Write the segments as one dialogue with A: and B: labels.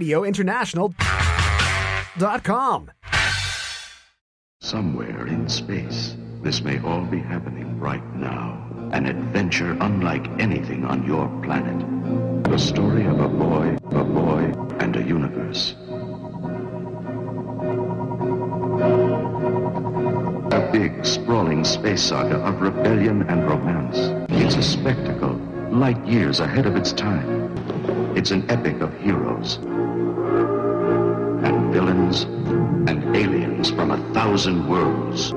A: fabradiointernational.com.
B: Somewhere in space, this may all be happening right now. An adventure unlike anything on your planet. The story of a boy, a boy, and a universe. A big, sprawling space saga of rebellion and romance. It's a spectacle, light years ahead of its time. It's an epic of heroes and villains and aliens from a thousand worlds. A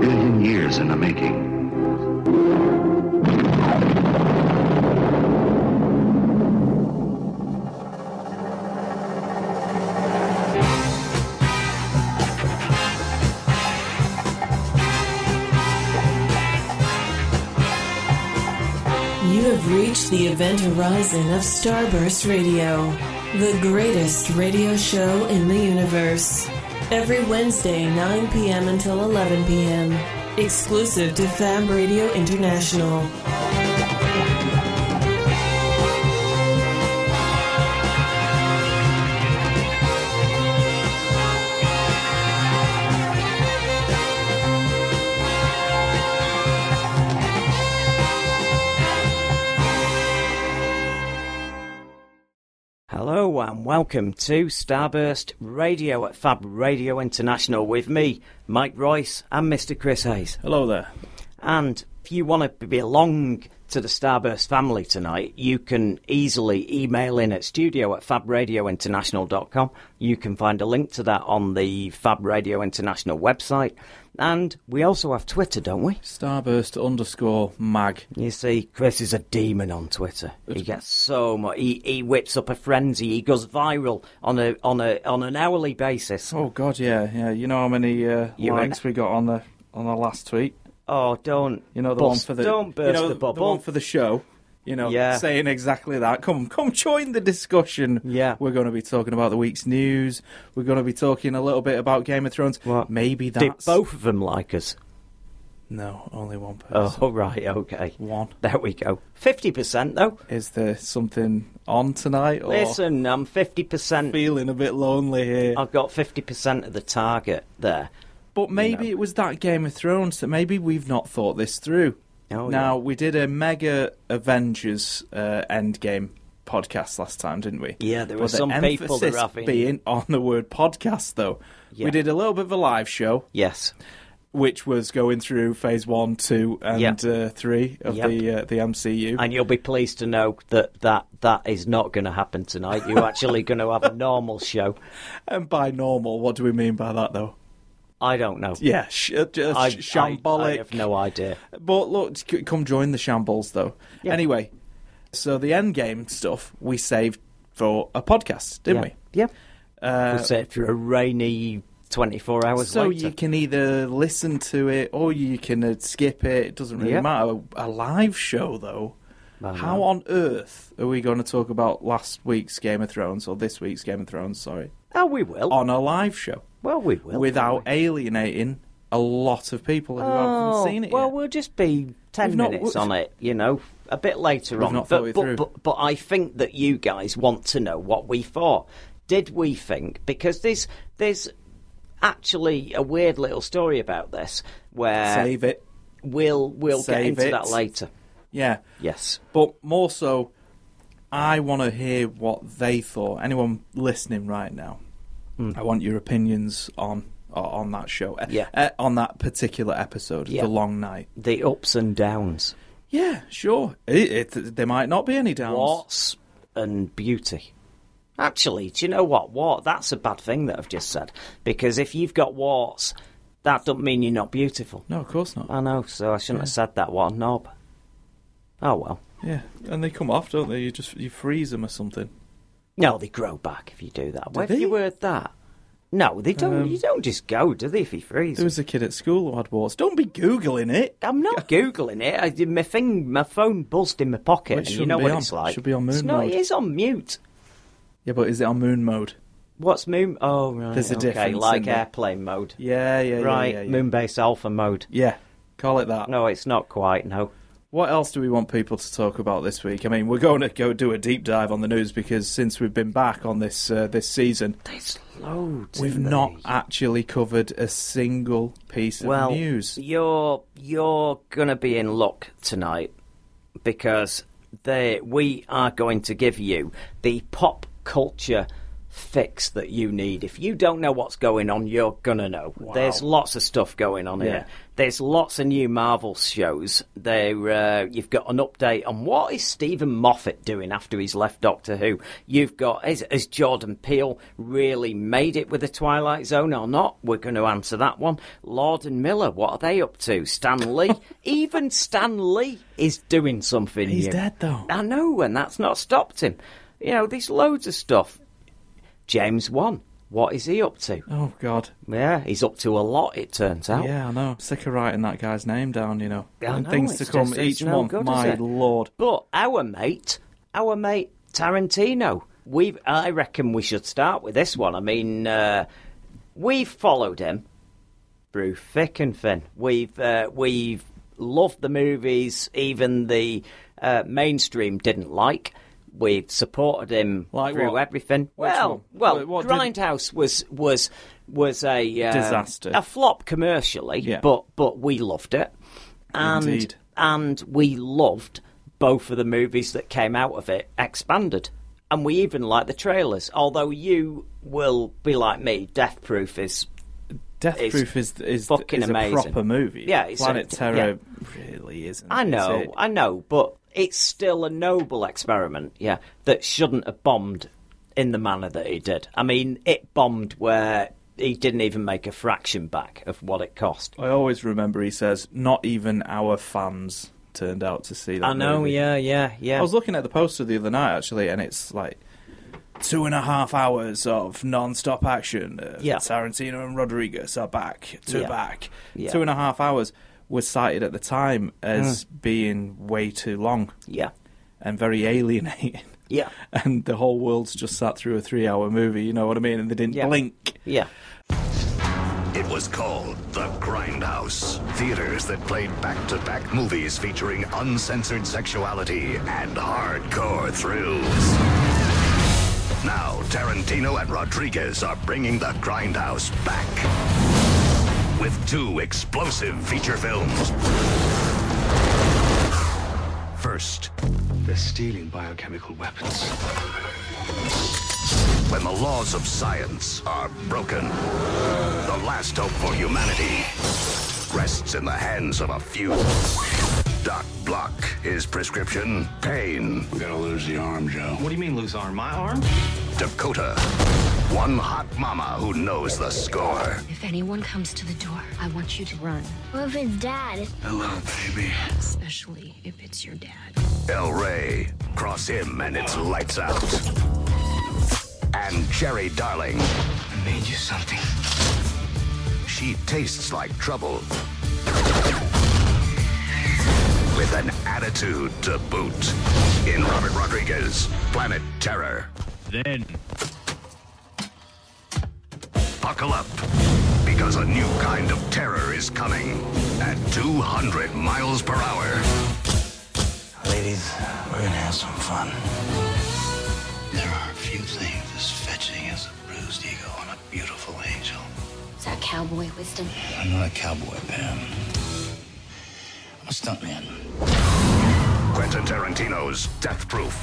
B: billion years in the making.
C: You have reached the event horizon of Starburst Radio, the greatest radio show in the universe. Every Wednesday, 9 p.m. until 11 p.m. Exclusive to Fab Radio International.
D: Hello and welcome to Starburst Radio at Fab Radio International with me, Mike Royce, and Mr. Chris Hayes.
E: Hello there.
D: And if you want to belong to the Starburst family tonight, you can easily email in at studio at fabradiointernational.com. You can find a link to that on the Fab Radio International website. And we also have Twitter, don't we?
E: Starburst underscore mag.
D: You see, Chris is a demon on Twitter. He gets so much. He, he whips up a frenzy. He goes viral on a on a on an hourly basis.
E: Oh God, yeah, yeah. You know how many uh,
D: You're
E: likes we got on the on the last tweet.
D: Oh, don't
E: You know the one
D: bust,
E: for the
D: don't burst
E: you know,
D: the bubble.
E: one for the show. You know,
D: Yeah.
E: saying exactly that. Come, come, join the discussion.
D: Yeah.
E: we're going to be talking about the week's news. We're going to be talking a little bit about Game of Thrones.
D: What?
E: Maybe
D: Did
E: that's
D: both of them like us?
E: No, only one person.
D: Oh, right, okay.
E: One.
D: There we go. Fifty percent though.
E: Is there something on tonight? Or
D: Listen, I'm fifty percent.
E: feeling a bit lonely here.
D: I've got fifty percent of the target there.
E: But maybe it was that Game of Thrones that maybe we've not thought this through.
D: Oh,
E: now
D: yeah.
E: we did a mega Avengers uh, Endgame podcast last time, didn't we?
D: Yeah, there
E: But
D: were
E: the
D: some people that
E: emphasis
D: were having-
E: being on the word podcast though.
D: Yeah.
E: We did a little bit of a live show,
D: Yes.
E: which was going through phase one, two, and
D: Yep.
E: uh, three of
D: Yep.
E: the uh, the MCU.
D: And you'll be pleased to know that that, that is not going to happen tonight. You're actually going to have a normal show.
E: And by normal, what do we mean by that though?
D: I don't know.
E: Yeah, sh- uh, just
D: I,
E: shambolic.
D: I, I have no idea.
E: But look, c- come join the shambles though.
D: Yeah.
E: Anyway, so the end game stuff we saved for a podcast, didn't
D: yeah. Yeah.
E: we? Uh,
D: We'll say it for a rainy 24 hours
E: so
D: later.
E: you can either listen to it or you can uh, skip it. It doesn't really
D: Yeah.
E: matter. A live show though.
D: I
E: How
D: know.
E: on earth are we going to talk about last week's Game of Thrones or this week's Game of Thrones? Sorry,
D: Oh, we will.
E: on a live show
D: well, we will.
E: without alienating a lot of people who
D: Oh,
E: haven't seen it
D: well,
E: yet.
D: we'll just be 10
E: We've not-
D: minutes
E: we-
D: on it, you know, a bit later
E: We've
D: on.
E: not thought
D: but,
E: it
D: but,
E: through.
D: but, but I think that you guys want to know what we thought. Did we think? Because there's, there's actually a weird little story about this where
E: Save it.
D: we'll, we'll get
E: Save
D: into
E: it.
D: that later.
E: Yeah.
D: Yes.
E: But more so, I want to hear what they thought. Anyone listening right now, I want your opinions on o- on that show, eh,
D: Hmm. Yeah.
E: eh, on that particular episode,
D: Yeah.
E: the long night.
D: The ups and downs,
E: Yeah, sure. It, it, there might not be any downs.
D: warts and beauty. Actually, do you know what? Wart, that's a bad thing that I've just said. Because if you've got warts, that doesn't mean you're not beautiful.
E: No, of course not.
D: I know, so I shouldn't have said that. What a knob. Oh well.
E: yeah, and they come off, don't they? You just you freeze them or something.
D: No, they grow back if you do that. Where have
E: they? Um,
D: you heard that? No, they don't. you don't just go, do they? If you freeze,
E: There was a kid at school who had warts. Don't be googling it.
D: I'm not googling it. I did my thing. My phone buzzed in my pocket,
E: Well, it
D: and you
E: shouldn't
D: know
E: be
D: what
E: on.
D: it's like.
E: Should be on
D: It's
E: moon
D: not-
E: mode.
D: It is on mute.
E: Yeah, but is it on moon mode?
D: What's moon? Oh right,
E: There's a
D: okay,
E: difference,
D: like
E: isn't there?
D: airplane mode.
E: Yeah, yeah, yeah,
D: right,
E: yeah, yeah.
D: moon base alpha mode.
E: Yeah, call it that.
D: No, it's not quite. No,
E: What else do we want people to talk about this week? I mean, we're going to go do a deep dive on the news because since we've been back on this uh, this season,
D: There's loads.
E: we've
D: in there.
E: not actually covered a single piece of
D: well,
E: news.
D: You're you're gonna be in luck tonight because they we are going to give you the pop culture fix that you need. If you don't know what's going on, you're gonna know. There's lots of stuff going on here. There's lots of new Marvel shows. There, uh, you've got an update on what is Stephen Moffat doing after he's left Doctor Who. You've got has, has Jordan Peele really made it with the Twilight Zone or not? We're going to answer that one. Lord and Miller, what are they up to? Stan Lee, even Stan Lee is doing something.
E: He's
D: new.
E: dead, though.
D: I know, and that's not stopped him. You know, there's loads of stuff. James One, what is he up to?
E: Oh God!
D: Yeah, he's up to a lot. It turns out.
E: Yeah, I know. I'm sick of writing that guy's name down. You know,
D: I
E: and
D: know,
E: things to
D: it's
E: come
D: just- it's
E: each
D: no
E: month.
D: good, is
E: My
D: it?
E: lord!
D: But our mate, our mate Tarantino, we I reckon we should start with this one. I mean, uh, we've followed him through thick and thin. We've uh, we've loved the movies, even the uh, mainstream didn't like. We've supported him
E: Like
D: through
E: what?
D: everything.
E: Which
D: well,
E: one?
D: well,
E: What- what did-
D: Grindhouse was was was a uh,
E: Disaster.
D: a flop commercially,
E: Yeah.
D: but but we loved it and
E: Indeed.
D: and we loved both of the movies that came out of it expanded and we even liked the trailers although you will be like me death proof is
E: Death
D: It's
E: Proof is is,
D: fucking
E: is
D: amazing.
E: a proper movie.
D: Yeah, it's
E: Planet
D: a-
E: Terror really isn't.
D: i
E: is
D: know
E: it?
D: i know but it's still a noble experiment yeah that shouldn't have bombed in the manner that it did i mean it bombed where he didn't even make a fraction back of what it cost
E: I always remember he says, "Not even our fans turned out to see that."
D: i know
E: movie."
D: yeah yeah yeah
E: I was looking at the poster the other night actually, and it's like two and a half hours of non-stop action. Uh,
D: Yeah.
E: Tarantino and Rodriguez are back to
D: Yeah.
E: back.
D: Yeah.
E: Two and a half hours was cited at the time as being way too long
D: Mm. yeah
E: and very alienating.
D: yeah
E: And the whole world's just sat through a three-hour movie. You know what I mean? And they didn't
D: Yeah.
E: blink.
D: yeah
B: It was called The Grindhouse. Theaters that played back to back movies featuring uncensored sexuality and hardcore thrills. Now, Tarantino and Rodriguez are bringing The Grindhouse back with two explosive feature films. First,
A: They're stealing biochemical weapons.
B: when the laws of science are broken, the last hope for humanity rests in the hands of a few. Doc Block, his prescription, pain.
A: We're gonna lose the arm, Joe.
F: What do you mean lose arm? My arm?
B: Dakota, one hot mama who knows the score.
G: If anyone comes to the door, I want you to run,
H: What if it's dad?
A: Hello, baby.
G: especially if it's your dad.
B: El Rey, cross him and it's lights out. And Cherry Darling,
A: I made you something.
B: she tastes like trouble. With an attitude to boot. In Robert Rodriguez, Planet Terror.
F: Then.
B: Buckle up, because a new kind of terror is coming at 200 miles per hour.
A: Ladies, we're gonna have some fun. There are a few things as fetching as a bruised ego on a beautiful angel.
G: Is that cowboy wisdom?
A: I'm not a cowboy, Pam. I'm a stuntman.
B: Quentin Tarantino's Death Proof.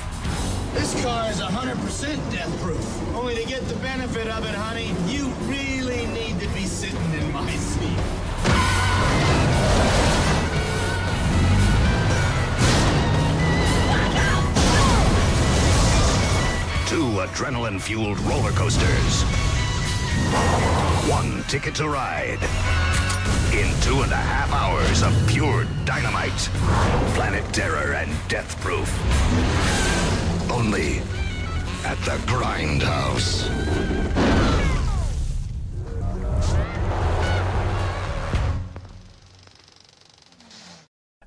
I: This car is 100% death proof. Only to get the benefit of it, honey, you really need to be sitting in my seat.
B: Two adrenaline fueled roller coasters. One ticket to ride. In two and a half hours of pure dynamite, Planet Terror and Death Proof. Only at the Grindhouse.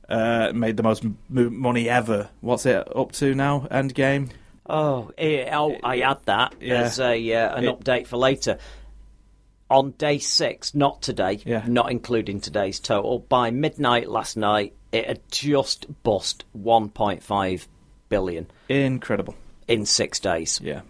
E: Uh, made the most m- m- money ever. What's it up to now? Endgame.
D: Oh, eh, oh I had that
E: Yeah.
D: as a uh, an
E: It-
D: update for later. On day six, not today,
E: Yeah.
D: not including today's total, by midnight last night, It had just bust 1.5 billion
E: Incredible.
D: in six days.
E: Yeah.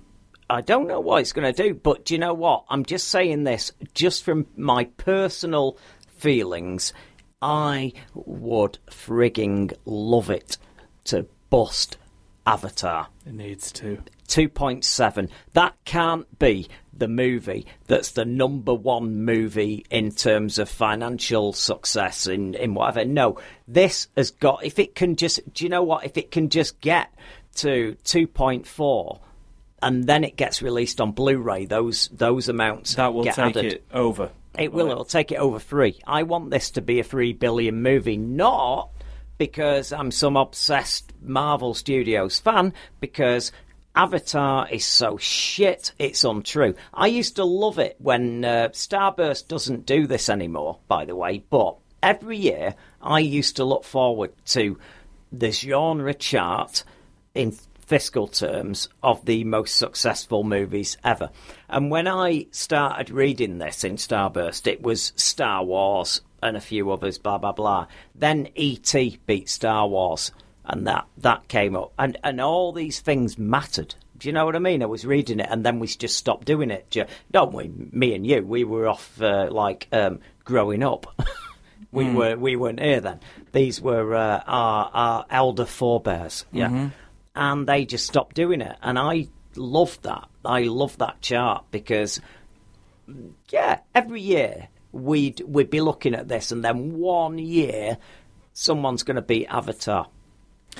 D: I don't know what it's going to do, but do you know what? I'm just saying this just from my personal feelings. I would frigging love it to bust Avatar
E: It needs to.
D: 2.7. That can't be the movie that's the number one movie in terms of financial success in, in whatever. No, this has got, if it can just, do you know what? If it can just get to 2.4 and then it gets released on Blu ray, those, those amounts
E: That will
D: get
E: take
D: added.
E: it over.
D: It will. It'll take it over three. I want this to be a three billion movie, not because I'm some obsessed Marvel Studios fan, because Avatar is so shit, it's untrue. I used to love it when uh, Starburst doesn't do this anymore, by the way, but every year I used to look forward to the genre chart in fiscal terms of the most successful movies ever. And when I started reading this in Starburst, it was Star Wars and a few others, blah blah blah. Then E.T. beat Star Wars, and that that came up, and and all these things mattered. Do you know what I mean? I was reading it, and then we just stopped doing it. Do you- Don't we? Me and you, we were off uh, like um, growing up. we
E: Hmm.
D: were we weren't here then. These were uh, our our elder forebears. Yeah
E: Mm-hmm.
D: and they just stopped doing it. And I love that. I love that chart because, yeah, every year we'd we'd be looking at this, and then one year someone's going to beat Avatar,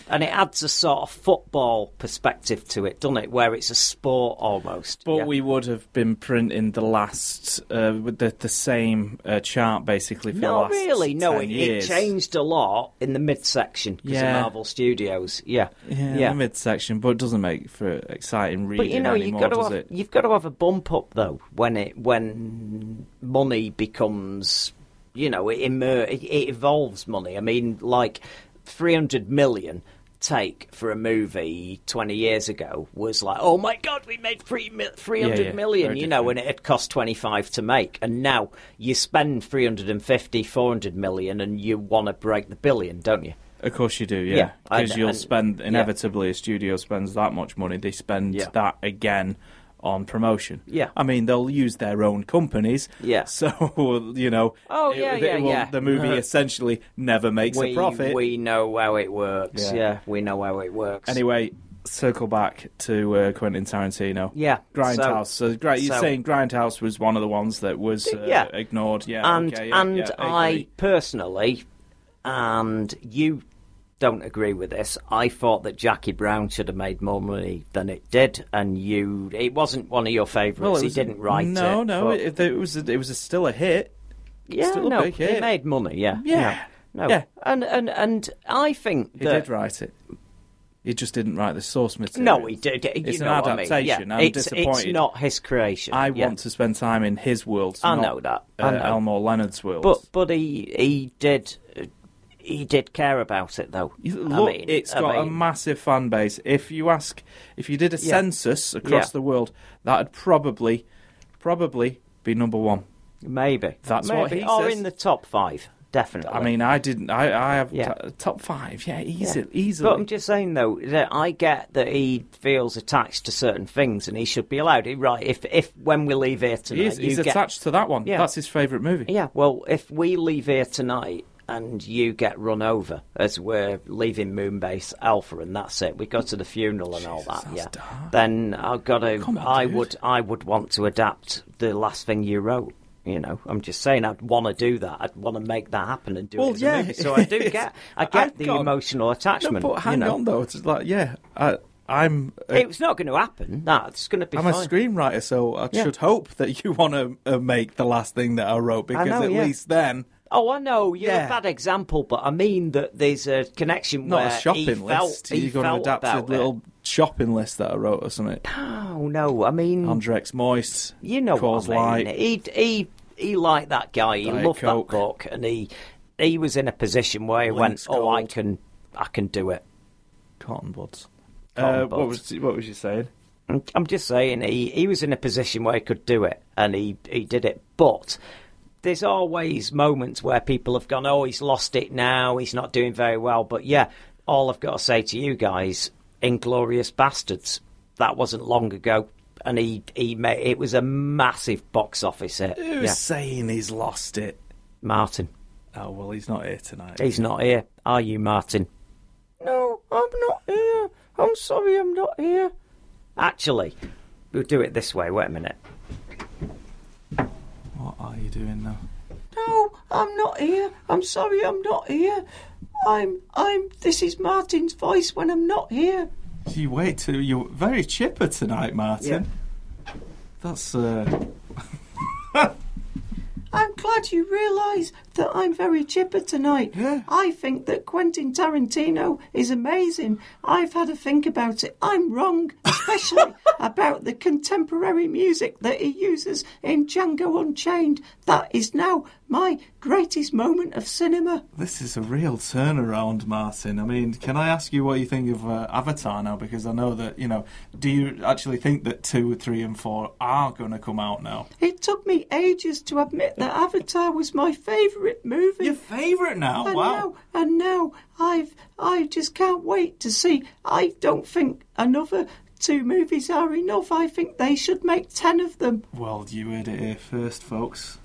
D: and it adds a sort of football perspective to it, doesn't it? Where it's a sport almost.
E: But
D: Yeah.
E: we would have been printing the last, uh, with the, the same uh, chart basically for the
D: No,
E: last
D: really, no.
E: 10
D: It, it
E: years.
D: changed a lot in the midsection because
E: Yeah.
D: of Marvel Studios. Yeah,
E: Yeah, the midsection, but it doesn't make for exciting reading
D: But you know,
E: anymore,
D: you've got
E: does
D: to have,
E: it?
D: you've got to have a bump up though when it when money becomes you know it immer- it, it evolves money. I mean, like three hundred million take for a movie 20 years ago was like oh my god we made three mi- 300
E: Yeah, yeah,
D: million,
E: very
D: you know
E: different.
D: and it had cost 25 to make and now you spend 350 400 million and you want to break the billion don't you
E: Of course you do, yeah.
D: Yeah, I-
E: Because you'll
D: and-
E: spend,
D: yeah.
E: inevitably, a studio spends that much money, they spend
D: Yeah.
E: that again on promotion.
D: Yeah.
E: I mean, they'll use their own companies.
D: Yeah.
E: So, you know.
D: Oh, yeah, yeah,
E: will-
D: yeah. Uh-huh.
E: The movie essentially never makes a profit.
D: we know how it works
E: Yeah.
D: yeah. we know how it works
E: Anyway, circle back to uh, Quentin Tarantino.
D: Yeah,
E: Grindhouse. So,
D: so-
E: great. You're
D: so-
E: saying Grindhouse was one of the ones that was uh,
D: Yeah.
E: ignored. Yeah,
D: and
E: okay, yeah,
D: and
E: yeah,
D: I,
E: agree.
D: personally, and you don't agree with this. I thought that Jackie Brown should have made more money than it did, and you it wasn't one of your favourites.
E: it
D: he
E: was-
D: didn't write
E: no,
D: it.
E: No,
D: but-
E: it, it was it was still a hit.
D: yeah,
E: still a
D: no,
E: big
D: he
E: hit.
D: made money. Yeah,
E: Yeah.
D: no, no.
E: Yeah.
D: and and and I think
E: He
D: that
E: did write it. He just didn't write the source material.
D: no, he did. You
E: It's
D: know
E: an
D: what I mean.
E: adaptation.
D: Yeah,
E: I'm
D: it's,
E: disappointed.
D: It's not his creation.
E: I
D: yeah.
E: want to spend time in his world.
D: I
E: not,
D: know that. I
E: uh,
D: know.
E: Elmore Leonard's world.
D: but but he he did. He did care about it though.
E: You
D: I
E: Look,
D: mean,
E: it's
D: I
E: got a
D: mean-
E: massive fan base. If you ask, if you did a census across
D: Yeah.
E: the world, that'd probably, probably be number one.
D: Maybe
E: That's
D: Maybe.
E: what he
D: or
E: says.
D: in the top five, definitely.
E: I mean, I didn't. I, I have
D: Yeah.
E: t- top five. Yeah, easy,
D: Yeah.
E: easily.
D: But I'm just saying though that I get that he feels attached to certain things, and he should be allowed. it. Right? If if when we leave here tonight,
E: he is, he's
D: you get-
E: attached to that one.
D: Yeah.
E: That's his favourite movie.
D: Yeah. Well, if we leave here tonight. And you get run over as we're leaving Moonbase Alpha, and that's it. We go to the funeral and all that.
E: that's
D: yeah.
E: dark.
D: Then I've got to.
E: Come on,
D: I
E: dude.
D: would. I would want to adapt the last thing you wrote. You know, I'm just saying. I'd want to do that. I'd want to make that happen and do
E: Well,
D: it. As
E: yeah,
D: a movie. So I do
E: it's-
D: get. I get
E: I've
D: the
E: got-
D: emotional
E: No,
D: attachment.
E: but hang
D: you know.
E: on though. It's like, yeah, I, I'm. A,
D: It's not going to happen. That's going to be
E: I'm
D: fine.
E: a screenwriter, so I
D: Yeah.
E: should hope that you want to uh, make the last thing that I wrote because
D: know,
E: at
D: yeah.
E: least then.
D: Oh, I know. You're
E: Yeah.
D: a bad example, but I mean that there's a connection
E: Not
D: where
E: a shopping
D: he felt,
E: list.
D: He
E: You're going to
D: felt
E: adapt a
D: about
E: little shopping list that I wrote or something.
D: It. Oh no, I mean,
E: Andrex Moist.
D: you know
E: Cause
D: what I mean.
E: um, Light.
D: He he he liked that guy. He
E: Diet
D: loved
E: Coke.
D: that book, and he he was in a position where he
E: Link's
D: went, "Oh, I
E: Gold.
D: can, I can do it."
E: Cotton buds.
D: Cotton
E: uh, What
D: buds.
E: was what was you saying?
D: I'm- I'm just saying he, he was in a position where he could do it, and he, he did it. But there's always moments where people have gone, oh, he's lost it now, he's not doing very well. But yeah, all I've got to say to you guys, Inglorious Bastards, that wasn't long ago. And he, he made, it was a massive box office hit.
E: Who's
D: Yeah.
E: saying he's lost it?
D: Martin.
E: Oh well, he's not here tonight.
D: He's not here. Are you, Martin? No, I'm not here. I'm sorry, I'm not here. Actually, we'll do it this way. Wait a minute.
E: What are you doing now?
D: No, I'm not here. I'm sorry, I'm not here. I'm, I'm, this is Martin's voice when I'm not here.
E: You wait till you're very chipper tonight, Martin. That's uh,
D: I'm glad you realise that I'm very chipper tonight.
E: Yeah.
D: I think that Quentin Tarantino is amazing. I've had a think about it. I'm wrong, especially about the contemporary music that he uses in Django Unchained. That is now my greatest moment of cinema.
E: this is a real turnaround, Martin. I mean, can I ask you what you think of uh, Avatar now? Because I know that you know. Do you actually think that two, three, and four are going to come out now?
D: It took me ages to admit that Avatar was my favourite movie.
E: Your favourite now?
D: And
E: wow.
D: now, and now I've I just can't wait to see. I don't think another two movies are enough. I think they should make ten of them.
E: Well, you heard it here first, folks.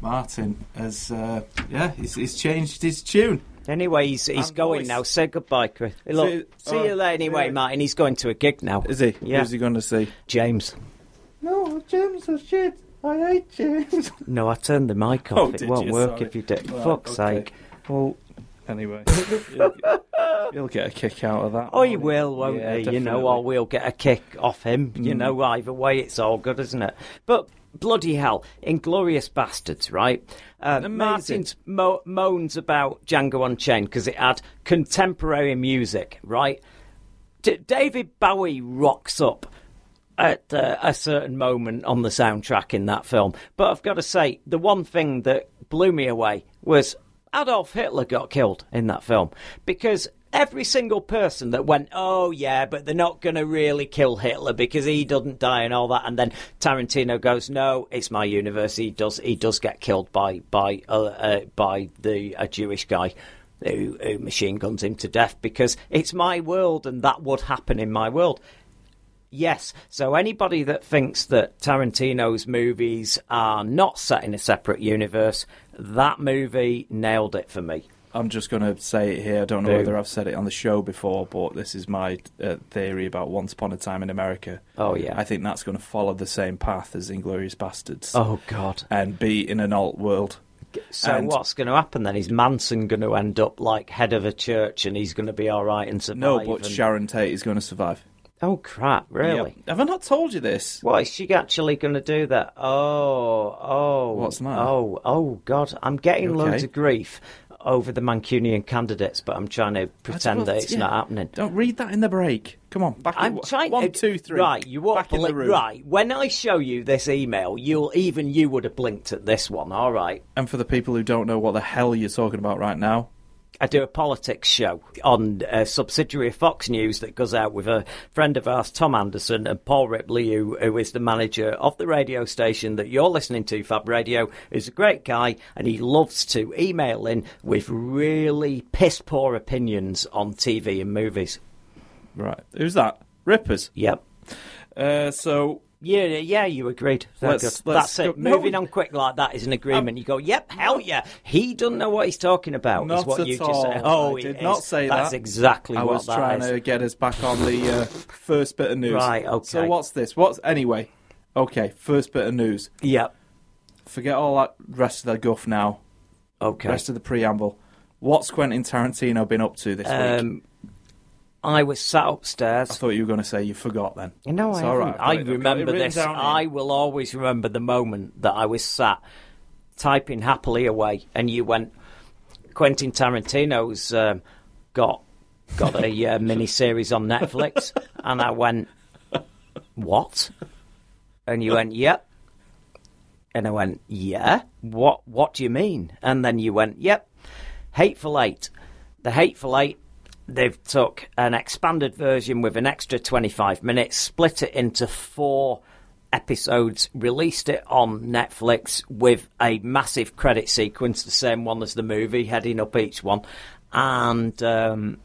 E: Martin has, uh, yeah, he's, he's changed his tune.
D: Anyway, he's, he's
E: And
D: going
E: voice.
D: now. Say goodbye, Chris. Look, see,
E: See- oh,
D: you later.
E: see you
D: Anyway,
E: later.
D: Martin, he's going to a gig now.
E: Is he?
D: Yeah,
E: Who's he going to see?
D: James.
E: No, James is shit. I hate James.
D: No, I turned the mic
E: Oh,
D: off. it
E: did
D: won't
E: you?
D: work
E: Sorry.
D: if you did.
E: Right,
D: Fuck's
E: okay.
D: sake. Well,
E: Anyway, you'll, get- you'll get a kick out of that.
D: oh, you
E: won't
D: will, won't
E: Yeah,
D: you? You know,
E: definitely. Mm.
D: or we'll get a kick off him. You know, either way, it's all good, isn't it? But bloody hell, Inglorious Bastards, right? Uh,
E: Amazing.
D: Martin's mo- moans about Django Unchained because it had contemporary music, right? D- David Bowie rocks up at uh, a certain moment on the soundtrack in that film. But I've got to say, the one thing that blew me away was Adolf Hitler got killed in that film because every single person that went, oh yeah, but they're not going to really kill Hitler because he doesn't die and all that, and then Tarantino goes, no, it's my universe. He does, he does get killed by by uh, uh, by the a Jewish guy who, who machine guns him to death because it's my world and that would happen in my world. Yes. So anybody that thinks that Tarantino's movies are not set in a separate universe, that movie nailed it for me.
E: I'm just going to say it here. I don't know
D: Boom.
E: whether I've said it on the show before, but this is my uh, theory about Once Upon a Time in America.
D: Oh, yeah.
E: I think that's going to follow the same path as Inglorious Bastards.
D: Oh God.
E: And be in an alt world.
D: So
E: And-
D: what's going to happen then? Is Manson going to end up like head of a church and he's going to be all right and survive?
E: No, but
D: and-
E: Sharon Tate is going to survive.
D: oh crap! Really?
E: Yep. Have I not told you this?
D: What is she actually going to do? That? Oh, oh.
E: What's that?
D: Oh, oh God! I'm getting
E: You
D: loads
E: okay?
D: of grief over the Mancunian candidates, but I'm trying to pretend
E: Well,
D: that it's
E: yeah.
D: not happening.
E: Don't read that in the break. Come on, back.
D: I'm
E: in,
D: trying
E: One,
D: uh,
E: two, three.
D: Right, you won't
E: back in the
D: blink-
E: room.
D: Right, when I show you this email, you'll even you would have blinked at this one. All right,
E: And for the people who don't know what the hell you're talking about right now,
D: I do a politics show on a subsidiary of Fox News that goes out with a friend of ours, Tom Anderson, and Paul Ripley, who, who is the manager of the radio station that you're listening to, Fab Radio, is a great guy, and he loves to email in with really piss poor opinions on TV and movies.
E: right? Who's that? Rippers.
D: Yep.
E: Uh, so
D: Yeah, yeah, you agreed. Very
E: Let's-
D: good.
E: let's
D: That's it.
E: go- no. Um,
D: Moving on quick like that is an agreement. you go, yep, hell yeah. He doesn't know what he's talking about. is
E: Not
D: what
E: at
D: you
E: all.
D: just said. Oh,
E: I
D: it
E: did
D: is.
E: not say
D: That's
E: that.
D: exactly
E: I
D: what
E: was
D: that
E: trying
D: is.
E: to get us back on the uh, first bit of news.
D: Right, okay.
E: So what's this? What's anyway? Okay, first bit of news.
D: Yep.
E: Forget all that rest of the guff now.
D: Okay.
E: Rest of the preamble. What's Quentin Tarantino been up to this week?
D: um, I was sat
E: I
D: upstairs.
E: thought you were going to say you forgot then.
D: You know,
E: It's
D: I,
E: all right.
D: haven't.
E: I've got
D: I
E: it- I've got it
D: remember
E: written
D: this.
E: down here.
D: I will always remember the moment that I was sat typing happily away, and you went, Quentin Tarantino's um, got got a uh, mini series on Netflix, and I went, what? And you went, yep. And I went, yeah. What? What do you mean? And then you went, yep. Hateful Eight. The Hateful Eight. They've took an expanded version with an extra 25 minutes, split it into four episodes, released it on Netflix with a massive credit sequence, the same one as the movie, heading up each one. And um,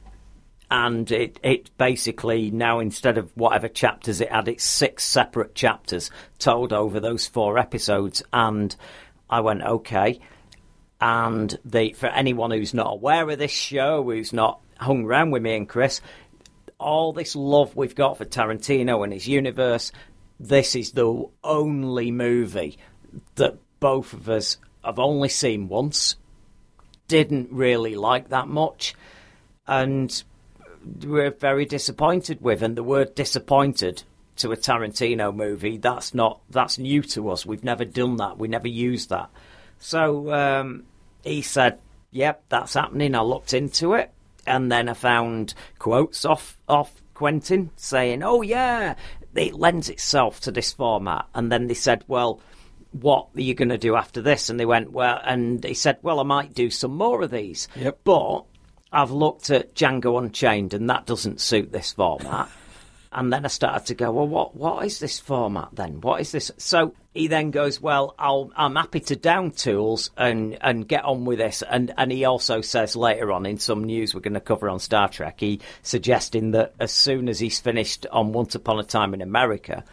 D: and it, it basically now instead of whatever chapters it had, it's six separate chapters told over those four episodes. And I went, okay. And the for anyone who's not aware of this show, who's not hung around with me and Chris, all this love we've got for Tarantino and his universe, this is the only movie that both of us have only seen once. Didn't really like that much, and we're very disappointed with. And the word disappointed to a Tarantino movie that's not that's new to us. We've never done that. We never used that. So um, he said, "Yep, that's happening." I looked into it, and then I found quotes off off Quentin saying, "Oh yeah, it lends itself to this format." And then they said, "Well." What are you going to do after this? And they went, Well, and he said, Well, I might do some more of these.
E: Yep.
D: But I've looked at Django Unchained and that doesn't suit this format. And then I started to go, well, what what is this format then? What is this? So he then goes, well, I'll, I'm happy to down tools and, and get on with this. And and he also says later on in some news we're going to cover on Star Trek, he suggesting that as soon as he's finished on Once Upon a Time in America,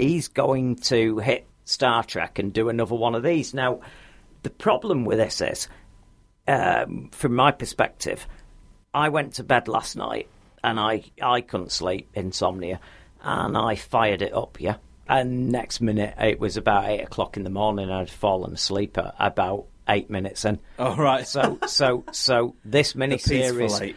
D: he's going to hit Star Trek and do another one of these. Now, the problem with this is um, from my perspective, I went to bed last night and I, I couldn't sleep, insomnia, and I fired it up, yeah. And next minute, it was about eight o'clock in the morning, and I'd fallen asleep at about eight minutes in.
E: All right.
D: So, so, so this miniseries,
E: eight.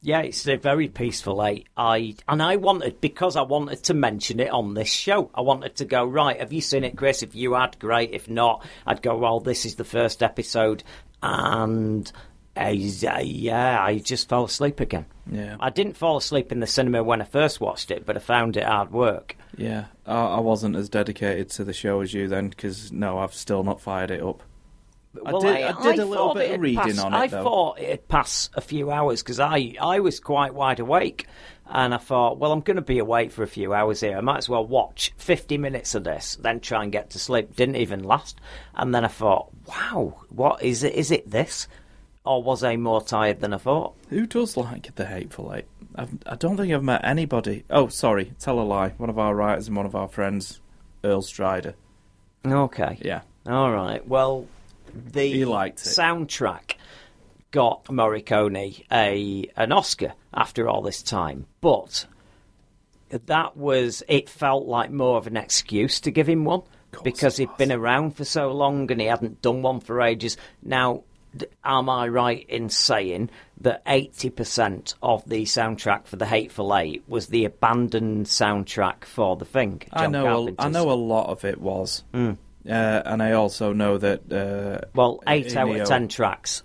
D: yeah, it's a very peaceful eight. I and I wanted because I wanted to mention it on this show. I wanted to go right. Have you seen it, Chris? If you had, great. If not, I'd go. Well, this is the first episode, and uh, yeah, I just fell asleep again.
E: Yeah.
D: I didn't fall asleep in the cinema when I first watched it, but I found it hard work.
E: Yeah, I, I wasn't as dedicated to the show as you then, because no, I've still not fired it up. I did, I, did a little
D: uh, thought
E: bit
D: it'd
E: of reading
D: pass-
E: on it
D: I
E: though.
D: thought it'd pass a few hours because I, I was quite wide awake. And I thought, well, I'm going to be awake for a few hours here. I might as well watch 50 minutes of this, then try and get to sleep. Didn't even last. And then I thought, wow, what is it? Is it this? Or was I more tired than I thought?
E: Who does like the Hateful Eight? I've, I don't think I've met anybody. Oh, sorry, tell a lie. One of our writers and one of our friends, Earl Strider.
D: Okay.
E: Yeah,
D: All right. Well, the
E: He liked it.
D: soundtrack got Morricone a an Oscar after all this time, but that was it. Felt like more of an excuse to give him one because he'd been around for so long and he hadn't done one for ages. Now, d- am I right in saying that eighty percent of the soundtrack for the Hateful Eight was the abandoned soundtrack for the thing?
E: I
D: John
E: know. A, I
D: Carpenter's?
E: know a lot of it was, uh, and I also know that. Uh,
D: Well, eight out
E: Neo-
D: of ten tracks.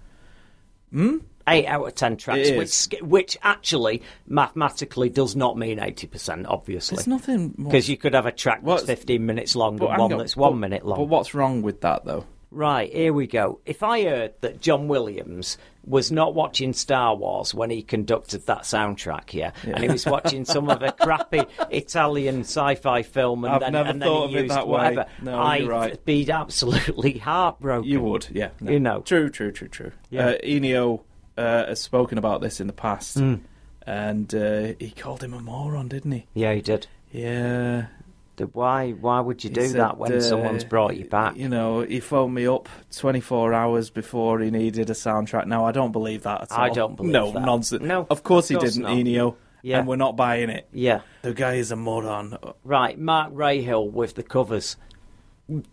D: Hmm? Eight out of ten tracks,
E: It
D: which
E: is.
D: sk- which actually mathematically does not mean eighty percent,
E: There's
D: obviously,
E: nothing more-
D: because you could have a track that's
E: What's-
D: fifteen minutes long
E: But
D: and
E: hang
D: one
E: on,
D: that's one
E: but-
D: minute
E: But
D: long.
E: what's wrong with that though?
D: Right here we go. If I heard that John Williams was not watching Star Wars when he conducted that soundtrack here, and he was watching some of a crappy Italian sci-fi film, and
E: I've
D: then
E: never
D: and then
E: thought
D: he
E: of it
D: used
E: that way.
D: whatever,
E: No,
D: I'd
E: you're right.
D: be absolutely heartbroken.
E: You would, yeah. no.
D: You know.
E: True, true, true, true.
D: Yeah.
E: Uh, Enio uh, has spoken about this in the past,
D: Hmm.
E: and uh, he called him a moron, didn't he?
D: Yeah, he did.
E: Yeah.
D: The- Why? Why would you
E: He
D: do
E: said,
D: that when
E: uh,
D: someone's brought you back?
E: You know, he phoned me up 24 hours before he needed a soundtrack. No, I don't believe that at all.
D: I don't believe
E: No,
D: that.
E: nonsense.
D: No,
E: of course,
D: of course
E: he didn't,
D: not.
E: Enio.
D: Yeah.
E: And we're not buying it.
D: yeah,
E: The guy is a moron. Oh,
D: right. Mark Rahill with the covers.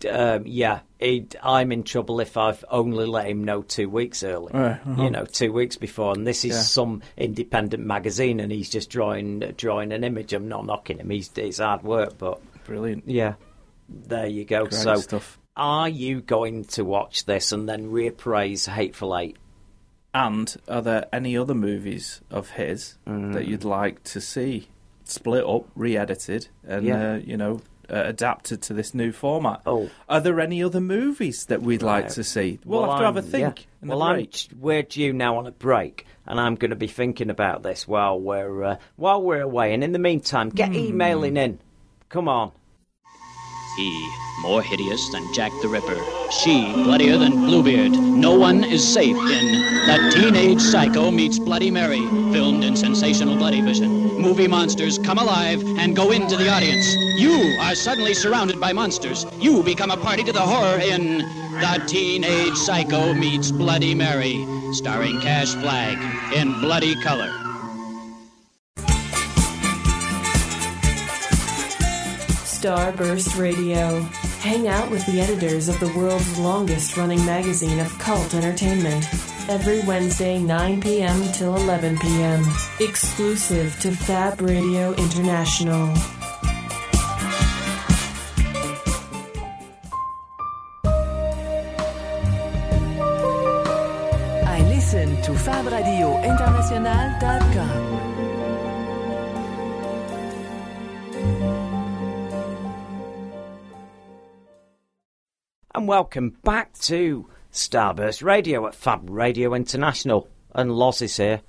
D: D- Um, yeah, he'd- I'm in trouble if I've only let him know two weeks early.
E: Right, uh-huh.
D: You know, two weeks before, and this is
E: Yeah.
D: some independent magazine, and he's just drawing drawing an image. I'm not knocking him; he's it's hard work, but
E: Brilliant.
D: yeah, there you go.
E: Great
D: so,
E: stuff.
D: are you going to watch this and then reappraise Hateful Eight?
E: And are there any other movies of his that
D: Mm.
E: you'd like to see split up, re-edited, and
D: Yeah.
E: uh, you know uh, adapted to this new format?
D: Oh.
E: are there any other movies that we'd like to see? We'll, have to
D: I'm-
E: have a think.
D: yeah.
E: in the
D: Well, I'm,
E: break.
D: we're due now on a break, and I'm going to be thinking about this
E: Hmm.
D: while we're uh, while we're away. And in the meantime, get emailing in. Come on.
H: He, more hideous than Jack the Ripper. She, bloodier than Bluebeard. No one is safe in The Teenage Psycho Meets Bloody Mary, filmed in sensational bloody vision. Movie monsters come alive and go into the audience. You are suddenly surrounded by monsters. You become a party to the horror in The Teenage Psycho Meets Bloody Mary, starring Cash Flag in bloody color.
C: Starburst Radio. Hang out with the editors of the world's longest running magazine of cult entertainment. Every Wednesday, 9 p.m. till 11 p.m. Exclusive to Fab Radio International.
J: I listen to FabRadioInternational.com.
D: And welcome back to Starburst Radio at Fab Radio International. And Loz is here,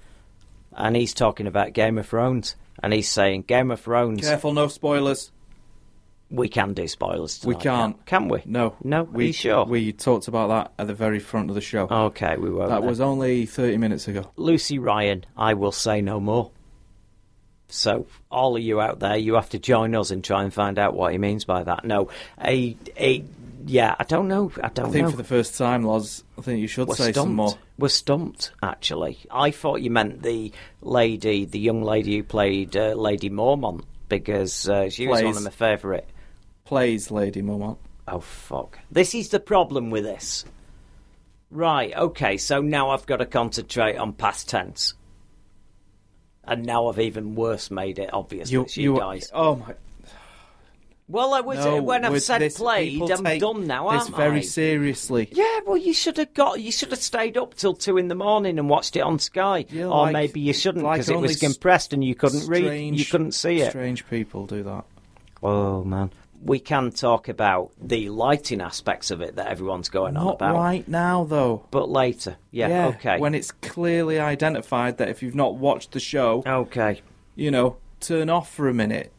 D: and he's talking about Game of Thrones. And he's saying, Game of Thrones,
E: Careful, no spoilers.
D: we can do spoilers
E: We
D: tonight.
E: can't.
D: Can we?
E: No.
D: No? Are
E: We
D: you sure?
E: We talked about that at the very front of the show.
D: Okay, we won't.
E: that
D: then.
E: was only 30 minutes ago.
D: Lucy Ryan, I will say no more. So, all of you out there, you have to join us and try and find out what he means by that. No, a, a, yeah, I don't know. I don't
E: I think
D: know.
E: for the first time, Loz, I think you should
D: We're
E: say
D: stumped.
E: some more.
D: We're stumped, actually. I thought you meant the lady, the young lady who played uh, Lady Mormont, because uh, she was one
E: Plays.
D: of my favourite.
E: Plays Lady Mormont.
D: Oh, fuck. This is the problem with this. Right, okay, so now I've got to concentrate on past tense. And now I've even worse made it obvious that she dies.
E: Oh my!
D: well, I was
E: No,
D: when I've
E: with
D: said
E: this,
D: played,
E: people
D: I'm
E: take
D: done now,
E: This
D: aren't
E: very
D: I?
E: seriously.
D: Yeah, well, you should have got. You should have stayed up till two in the morning and watched it on Sky,
E: Yeah,
D: or
E: like-
D: maybe you shouldn't
E: like
D: because it
E: only
D: was
E: s-
D: compressed and you couldn't read,
E: Strange-
D: you couldn't see it.
E: Strange people do that.
D: Oh man, we can talk about the lighting aspects of it that everyone's going on
E: Not
D: about,
E: right now, though.
D: but later. Yeah, okay,
E: When it's clearly identified that if you've not watched the show,
D: okay,
E: you know, turn off for a minute.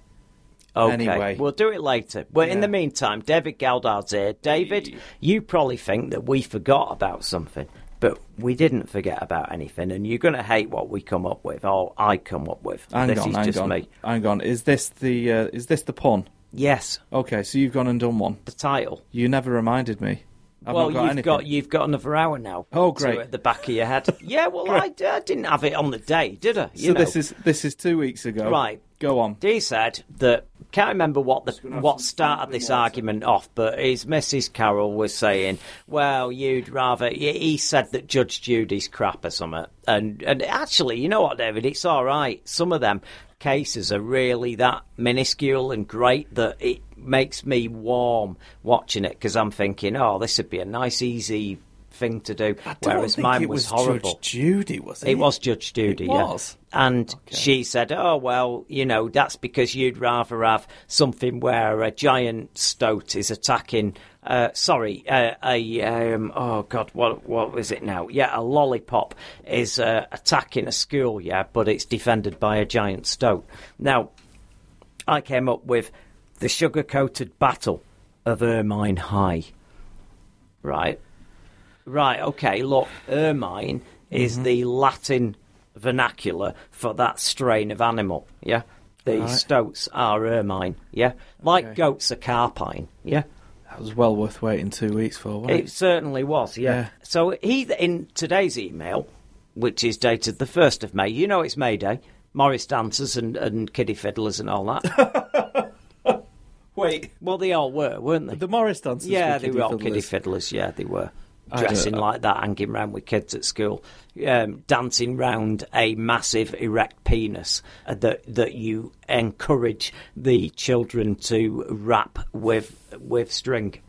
D: okay.
E: Anyway.
D: We'll do it later. But in
E: Yeah.
D: the meantime, David Galdard's here. David, you probably think that we forgot about something. But we didn't forget about anything, and you're going to hate what we come up with, or I come up with.
E: Hang
D: this
E: on,
D: is
E: hang
D: just
E: on,
D: me.
E: hang on. Is this the uh, is this the pun?
D: Yes,
E: Okay, so you've gone and done one.
D: the title.
E: You never reminded me. I've
D: well,
E: not got
D: you've
E: anything.
D: got you've got another hour now.
E: Oh,
D: to
E: great.
D: At the back of your head. yeah, well, I, I didn't have it on the day, did I?
E: so
D: You know.
E: this is this is two weeks ago.
D: Right.
E: Go on.
D: He said that can't remember what the what started this argument off, but his Mrs. Carroll was saying, "Well, you'd rather." He he said that Judge Judy's crap or something, and and actually, you know what, David, it's all right. Some of them cases are really that minuscule and great that it makes me warm watching it because I'm thinking, "Oh, this would be a nice, easy." Thing to do, whereas mine
E: it
D: was, horrible.
E: Judge Judy, was it?
D: It was Judge Judy,
E: It
D: yeah.
E: was?
D: And she said, "Oh well, you know, that's because you'd rather have something where a giant stoat is attacking. Uh, sorry, uh, a um, oh god, what what was it now? Yeah, a lollipop is uh, attacking a school, yeah, but it's defended by a giant stoat. Now, I came up with the sugar-coated battle of Ermine High, right? Right, okay, look, ermine is
E: Mm-hmm.
D: the Latin vernacular for that strain of animal, yeah? The stoats are ermine, yeah? Like
E: Okay.
D: goats are carpine, yeah?
E: That was well worth waiting two weeks for. Wasn't
D: It certainly was, yeah.
E: Yeah.
D: So he, in today's email, which is dated the 1st of May, you know it's May Day, Morris dancers and, and kiddie fiddlers and all that.
E: Wait,
D: well, they all were, weren't they?
E: the Morris dancers.
D: Yeah,
E: were
D: they
E: kiddie
D: were all kiddie
E: fiddlers.
D: fiddlers. Yeah, they were
E: I don't-
D: dressing like that, hanging round with kids at school, um, dancing round a massive erect penis uh, that that you encourage the children to wrap with with string.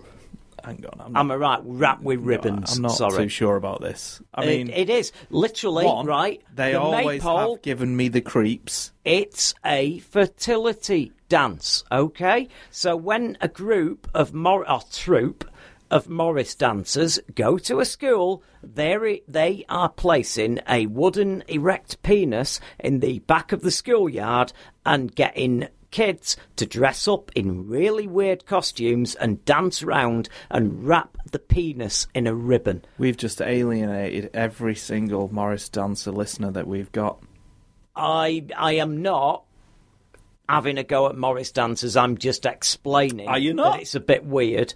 E: Hang on, I'm,
D: Am I right? Wrap with
E: no,
D: ribbons.
E: I'm not
D: Sorry.
E: too sure about this. I
D: It-
E: mean,
D: it is literally
E: one,
D: right.
E: They
D: the
E: always
D: maypole,
E: have given me the creeps.
D: It's a fertility dance, okay? So when a group of Mor- or troop of Morris dancers go to a school, there they are placing a wooden erect penis in the back of the schoolyard and getting kids to dress up in really weird costumes and dance around and wrap the penis in a ribbon.
E: We've just alienated every single Morris Dancer listener that we've got.
D: I I am not having a go at Morris dancers. I'm just explaining.
E: Are you not?
D: That it's a bit weird.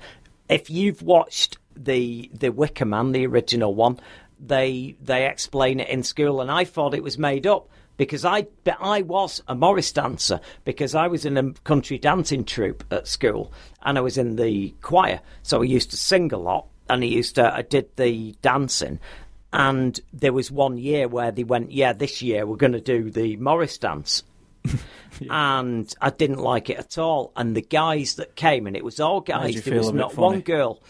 D: If you've watched the the Wicker Man, the original one, they they explain it in school, and I thought it was made up because I but I was a Morris dancer because I was in a country dancing troupe at school and I was in the choir, so I used to sing a lot and I used to I did the dancing. And there was one year where they went, yeah, this year we're going to do the Morris dance and I didn't like it at all. And the guys that came, and it was all
E: did you
D: guys. There
E: feel
D: was
E: a bit
D: not
E: funny?
D: one girl.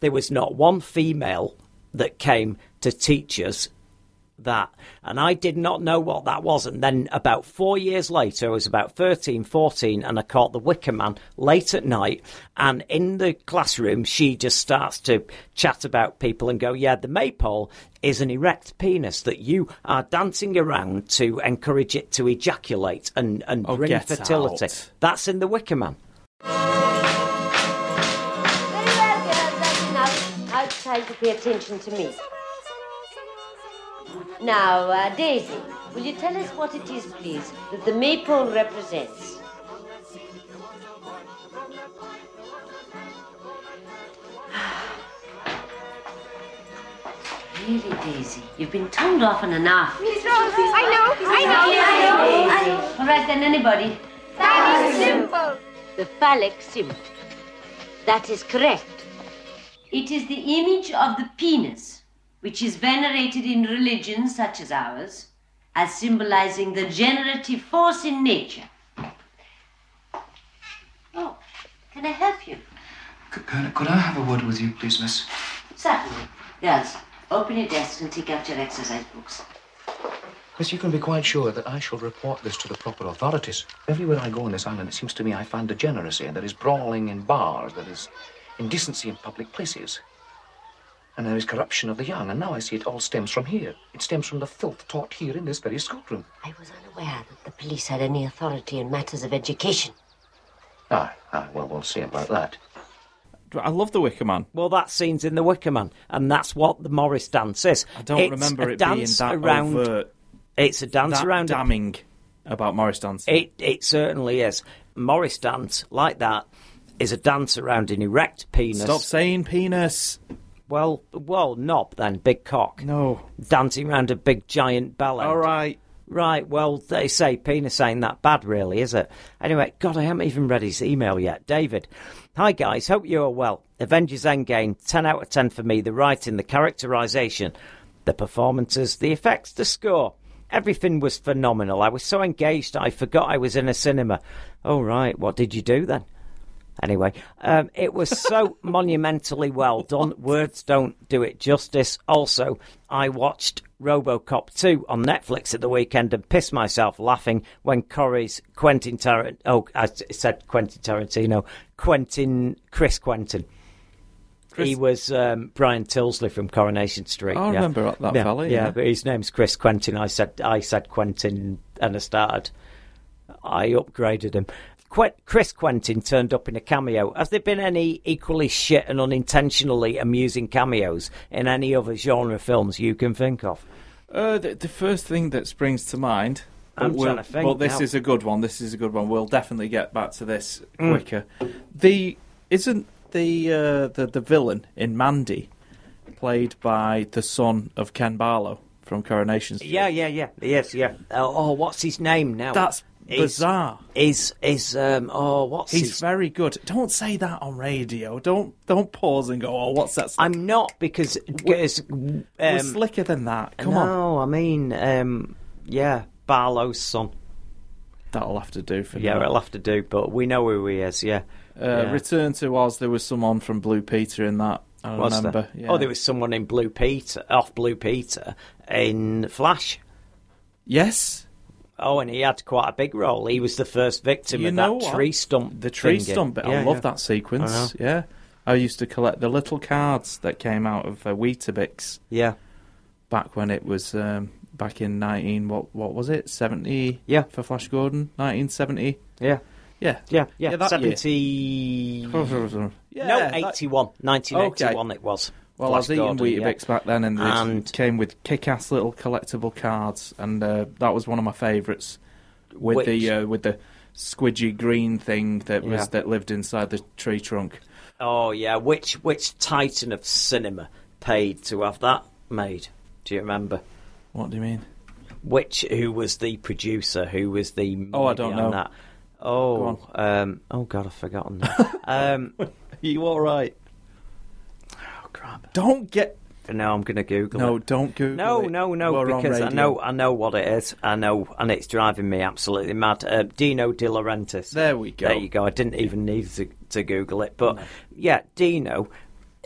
D: There was not one female that came to teach us that. And I did not know what that was. And then about four years later, I was about 13, 14, and I caught the Wicker Man late at night. And in the classroom, she just starts to chat about people and go, Yeah, the maypole is an erect penis that you are dancing around to encourage it to ejaculate and, and
E: Oh,
D: bring
E: get
D: fertility.
E: out.
D: That's in the Wicker Man.
J: Very well, girls, that's enough. Now it's time to pay attention to me. Now, uh, Daisy, will you tell us what it is, please, that the maypole represents? Really, Daisy, you've been told often enough.
K: Miss Rose, I know, I
J: All right, then, anybody.
K: That is simple.
J: The phallic symbol. That is correct. It is the image of the penis, which is venerated in religions such as ours as symbolizing the generative force in nature. Oh, can I help you?
L: Could, could I have a word with you, please, miss?
J: Certainly. Girls, open your desks and take out your exercise books.
L: Miss, you can be quite sure that I shall report this to the proper authorities. Everywhere I go on this island, it seems to me I find degeneracy. There is brawling in bars, there is indecency in public places, and there is corruption of the young. And now I see it all stems from here. It stems from the filth taught here in this very schoolroom.
J: I was unaware that the police had any authority in matters of education.
L: Aye, aye, well, we'll see about that.
E: I love the Wicker Man.
D: Well, that scene's in the Wicker Man, and that's what the Morris dance is.
E: I don't
D: It's
E: remember
D: a
E: it being
D: dance
E: that
D: around.
E: overt,
D: It's a dance
E: that
D: around. a
E: damning about Morris dancing.
D: It it certainly is. Morris dance like that is a dance around an erect penis.
E: Stop saying penis.
D: Well, well, knob then, big cock
E: No.
D: dancing around a big giant belly.
E: All right.
D: Right, well, they say penis ain't that bad, really, is it? Anyway, God, I haven't even read his email yet. David. Hi, guys. Hope you are well. Avengers Endgame, 10 out of 10 for me. The writing, the characterization, the performances, the effects, the score. Everything was phenomenal. I was so engaged, I forgot I was in a cinema. Oh, right. What did you do then? Anyway, um, it was so monumentally well done. Words don't do it justice. Also, I watched RoboCop 2 on Netflix at the weekend and pissed myself laughing when Corey's Quentin Tarantino. Oh, I s- said Quentin Tarantino. Quentin Chris Quentin. He was um, Brian Tilsley from Coronation Street.
E: I remember that
D: yeah.
E: fella,
D: Yeah,
E: yeah.
D: but his name's Chris Quentin. I said I said Quentin, and I started. I upgraded him. Qu- Chris Quentin turned up in a cameo. Has there been any equally shit and unintentionally amusing cameos in any other genre films you can think of?
E: Uh, the, the first thing that springs to mind. but
D: I'm
E: we'll-
D: trying to think
E: But this
D: now.
E: is a good one. This is a good one. We'll definitely get back to this
D: Mm.
E: quicker. The isn't the uh, the the villain in Mandy played by the son of Ken Barlow from Coronation Street?
D: Yeah, yeah, yeah. Yes, yeah. Oh, oh what's his name now?
E: That's
D: Is-
E: bizarre.
D: Is is um? Oh, what's
E: He's
D: his
E: very good. Don't say that on radio. Don't don't pause and go. Oh, what's that?
D: I'm not because because um,
E: We're slicker than that. Come on.
D: no, I mean um, yeah, Barlow's son.
E: That'll have to do for
D: Yeah,
E: now.
D: I'll have to do, but we know who he is. Yeah,
E: Mm. Uh,
D: yeah.
E: Return to Oz. There was someone from Blue Peter in that. I
D: Was there?
E: remember. Yeah.
D: Oh, there was someone in Blue Peter, off Blue Peter, in Flash.
E: Yes.
D: Oh, and he had quite a big role. He was the first victim
E: You
D: of
E: know
D: that
E: what?
D: tree stump.
E: The tree
D: thingy.
E: stump bit. I
D: Yeah,
E: love
D: yeah.
E: that sequence.
D: I
E: yeah. I used to collect the little cards that came out of uh, Weetabix
D: Yeah.
E: back when it was um, back in nineteen what what was it seventy?
D: Yeah,
E: for Flash Gordon, nineteen seventy.
D: Yeah.
E: Yeah,
D: yeah, yeah.
E: that year.
D: 70.
E: no,
D: no, 81. 1981 it was.
E: Well,
D: Flash
E: I was eating
D: Gordon, yeah.
E: Weetabix back then, and it
D: And-
E: came with kick-ass little collectible cards, and uh, that was one of my favourites. With
D: Which-
E: the uh, with the squidgy green thing that was
D: Yeah.
E: that lived inside the tree trunk.
D: Oh, yeah. Which, which titan of cinema paid to have that made? Do you remember?
E: What do you mean?
D: Which, who was the producer? Who was the.
E: Oh, I don't
D: behind
E: know.
D: That?
E: Go
D: Oh,
E: on.
D: um, oh God, I've forgotten that. um,
E: you all right?
D: Oh crap!
E: Don't get.
D: No, I'm going to Google.
E: No,
D: it.
E: don't Google
D: No,
E: it.
D: no, no,
E: We're on
D: because I
E: radio.
D: know, I know what it is. I know, and it's driving me absolutely mad. Uh, Dino De Laurentiis.
E: There we go.
D: There you go. I didn't even need to, to Google it, but yeah, Dino,